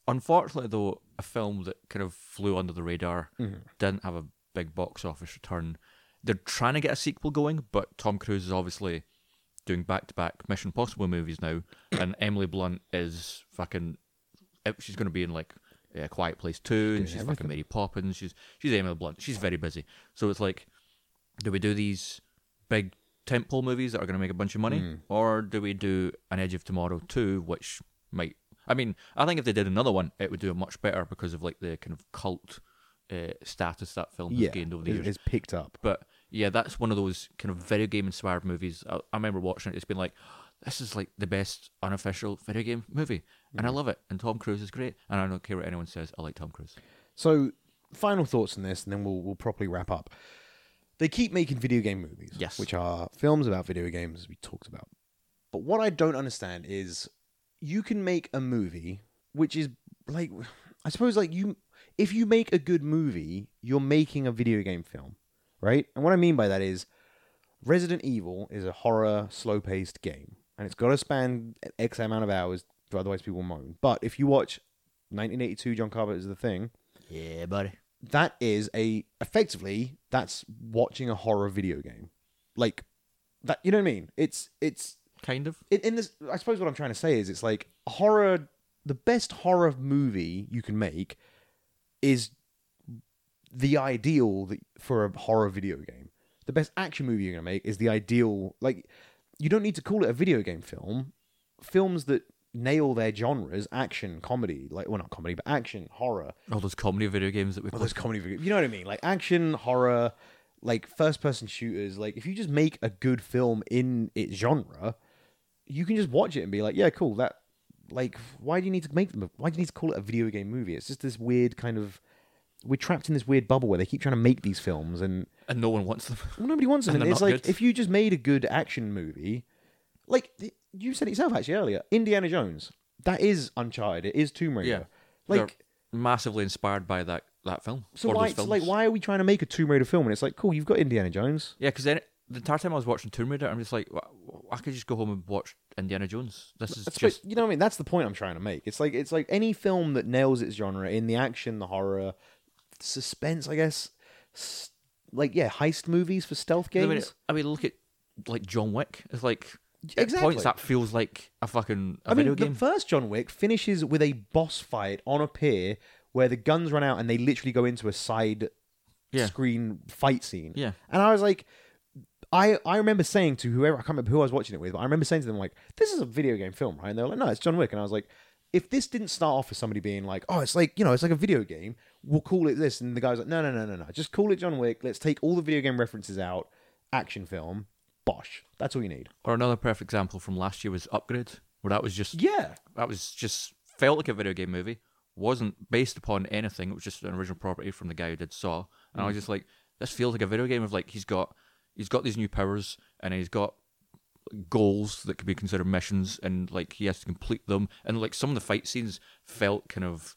[SPEAKER 1] unfortunately though a film that kind of flew under the radar didn't have a big box office return they're trying to get a sequel going but tom cruise is obviously doing back-to-back mission impossible movies now and emily blunt is fucking eh, she's going to be in like yeah, quiet place 2 and she's fucking mary poppins she's she's emily blunt she's very busy so it's like do we do these big tentpole movies that are going to make a bunch of money, or do we do an Edge of Tomorrow two, which might? I mean, I think if they did another one, it would do much better because of like the kind of cult uh, status that film has gained over the
[SPEAKER 2] it-
[SPEAKER 1] years.
[SPEAKER 2] it's picked up.
[SPEAKER 1] But yeah, that's one of those kind of video game inspired movies. I, I remember watching it. It's been like, this is like the best unofficial video game movie, and I love it. And Tom Cruise is great, and I don't care what anyone says. I like Tom Cruise.
[SPEAKER 2] So, final thoughts on this, and then we'll we'll properly wrap up. They keep making video game movies,
[SPEAKER 1] Yes.
[SPEAKER 2] which are films about video games, as we talked about. But what I don't understand is, you can make a movie which is like, I suppose like you, if you make a good movie, you're making a video game film, right? And what I mean by that is, Resident Evil is a horror, slow paced game. and it's got to span X amount of hours, for otherwise people moan. But if you watch 1982 John Carpenter's The Thing,
[SPEAKER 3] Yeah, buddy.
[SPEAKER 2] that is a effectively that's watching a horror video game, like that. You know what I mean? It's it's
[SPEAKER 1] Kind of.
[SPEAKER 2] in, in this i suppose what i'm trying to say is it's like horror the best horror movie you can make is the ideal that, for a horror video game the best action movie you're going to make is the ideal like you don't need to call it a video game film films that nail their genres action comedy like well not comedy but action horror
[SPEAKER 1] All those comedy video games that we
[SPEAKER 2] well,
[SPEAKER 1] play.
[SPEAKER 2] those comedy video, you know what I mean? Like action, horror, like first person shooters. Like if you just make a good film in its genre, you can just watch it and be like, yeah, cool. That like, why do you need to make them? Why do you need to call it a video game movie? It's just this weird kind of. We're trapped in this weird bubble where they keep trying to make these films, and
[SPEAKER 1] And no one wants them.
[SPEAKER 2] well, nobody wants them.
[SPEAKER 1] And
[SPEAKER 2] And,
[SPEAKER 1] they're
[SPEAKER 2] it's
[SPEAKER 1] not
[SPEAKER 2] like
[SPEAKER 1] good.
[SPEAKER 2] if you just made a good action movie, like th- you said it yourself actually earlier, Indiana Jones. That is Uncharted. It is Tomb Raider.
[SPEAKER 1] Yeah.
[SPEAKER 2] Like
[SPEAKER 1] They're massively inspired by that, that film.
[SPEAKER 2] so
[SPEAKER 1] or
[SPEAKER 2] why,
[SPEAKER 1] those
[SPEAKER 2] it's
[SPEAKER 1] films.
[SPEAKER 2] like, why are we trying to make a Tomb Raider film? And it's like, cool, you've got Indiana Jones.
[SPEAKER 1] Yeah, because then the entire time I was watching Tomb Raider, I'm just like, "Wha- wha- I could just go home and watch Indiana Jones. This is
[SPEAKER 2] That's
[SPEAKER 1] just
[SPEAKER 2] but, you know what I mean. That's the point I'm trying to make. It's like it's like any film that nails its genre in the action, the horror, suspense, I guess. S- like yeah, heist movies for stealth
[SPEAKER 1] I
[SPEAKER 2] games.
[SPEAKER 1] mean, I mean, look at like John Wick. It's like at
[SPEAKER 2] Exactly.
[SPEAKER 1] points that feels like a fucking a
[SPEAKER 2] I mean,
[SPEAKER 1] video game.
[SPEAKER 2] the first John Wick finishes with a boss fight on a pier where the guns run out and they literally go into a side
[SPEAKER 1] Yeah.
[SPEAKER 2] screen fight scene.
[SPEAKER 1] Yeah.
[SPEAKER 2] And I was like, I I remember saying to whoever I can't remember who I was watching it with, but I remember saying to them like, "This is a video game film, right?" And they were like, "No, it's John Wick." And I was like, "If this didn't start off as somebody being like, oh, it's like you know, it's like a video game, we'll call it this," and the guy's like, "No, no, no, no, no, just call it John Wick. Let's take all the video game references out, action film, bosh. That's all you need."
[SPEAKER 1] or another perfect example from last year was Upgrade, where that was just
[SPEAKER 2] Yeah.
[SPEAKER 1] that was just felt like a video game movie. wasn't based upon anything. It was just an original property from the guy who did Saw, and I was just like, this feels like a video game of like he's got he's got these new powers and he's got goals that could be considered missions and like he has to complete them and like some of the fight scenes felt kind of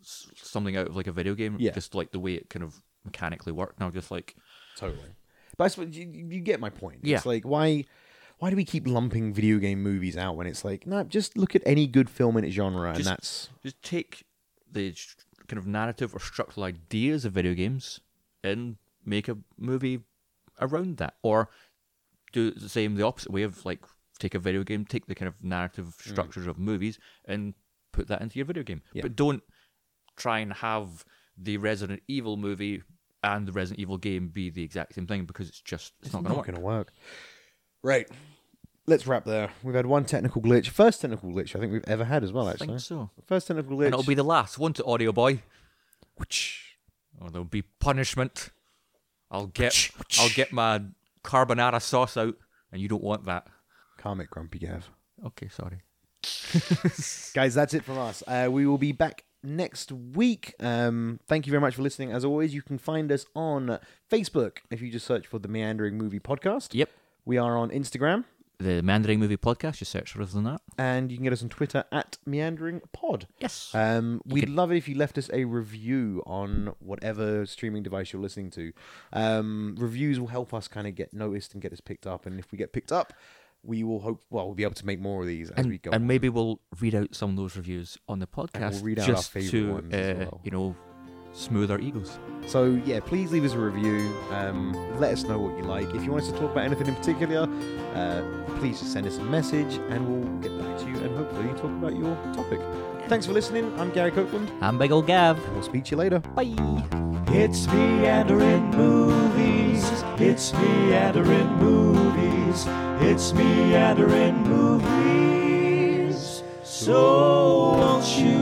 [SPEAKER 1] s- something out of like a video game
[SPEAKER 2] Yeah.
[SPEAKER 1] just like the way it kind of mechanically worked and i was just like
[SPEAKER 2] Totally. But I suppose you, you get my point.
[SPEAKER 1] Yeah.
[SPEAKER 2] It's like why why do we keep lumping video game movies out when it's like, no, just look at any good film in its genre and
[SPEAKER 1] Just-
[SPEAKER 2] that's
[SPEAKER 1] just take the sh- kind of narrative or structural ideas of video games and make a movie around that or do the same the opposite way of like take a video game take the kind of narrative structures of movies and put that into your video game
[SPEAKER 2] Yeah.
[SPEAKER 1] but don't try and have the resident evil movie and the resident evil game be the exact same thing because it's just it's, not gonna work
[SPEAKER 2] gonna work. Right. Let's wrap there. We've had one technical glitch. First technical glitch I think we've ever had as well,
[SPEAKER 1] i
[SPEAKER 2] actually.
[SPEAKER 1] think so
[SPEAKER 2] First technical glitch.
[SPEAKER 1] and it'll be the last one to audio boy
[SPEAKER 2] Whoosh.
[SPEAKER 1] or there'll be punishment. I'll get I'll get my carbonara sauce out, and you don't want that.
[SPEAKER 2] Calm it, Grumpy Gav.
[SPEAKER 1] Okay, sorry.
[SPEAKER 2] guys that's it from us uh, we will be back next week um, thank you very much for listening as always you can find us on facebook if you just search for the meandering movie podcast
[SPEAKER 1] Yep.
[SPEAKER 2] we are on instagram
[SPEAKER 1] The Mandarin Movie Podcast. You search for us on that.
[SPEAKER 2] and you can get us on twitter at meandering pod
[SPEAKER 1] Yes.
[SPEAKER 2] um, we'd
[SPEAKER 1] can-
[SPEAKER 2] love it if you left us a review on whatever streaming device you're listening to. Um, reviews will help us kind of get noticed and get us picked up. And if we get picked up, we will hope, well, we'll be able to make more of these as we
[SPEAKER 1] and,
[SPEAKER 2] go.
[SPEAKER 1] and
[SPEAKER 2] on.
[SPEAKER 1] maybe we'll read out some of those reviews on the podcast.
[SPEAKER 2] read out our
[SPEAKER 1] just
[SPEAKER 2] favourite
[SPEAKER 1] to
[SPEAKER 2] ones as
[SPEAKER 1] uh,
[SPEAKER 2] well.
[SPEAKER 1] you know smooth our egos.
[SPEAKER 2] So yeah, please leave us a review. Um, let us know what you like. If you want us to talk about anything in particular, uh, please just send us a message, and we'll get back to you and hopefully talk about your topic. Thanks for listening. I'm Gary Copeland.
[SPEAKER 1] I'm Big Ol' Gav.
[SPEAKER 2] We'll speak to you later.
[SPEAKER 1] Bye.
[SPEAKER 4] It's meandering movies. It's meandering movies. It's meandering movies. So won't you?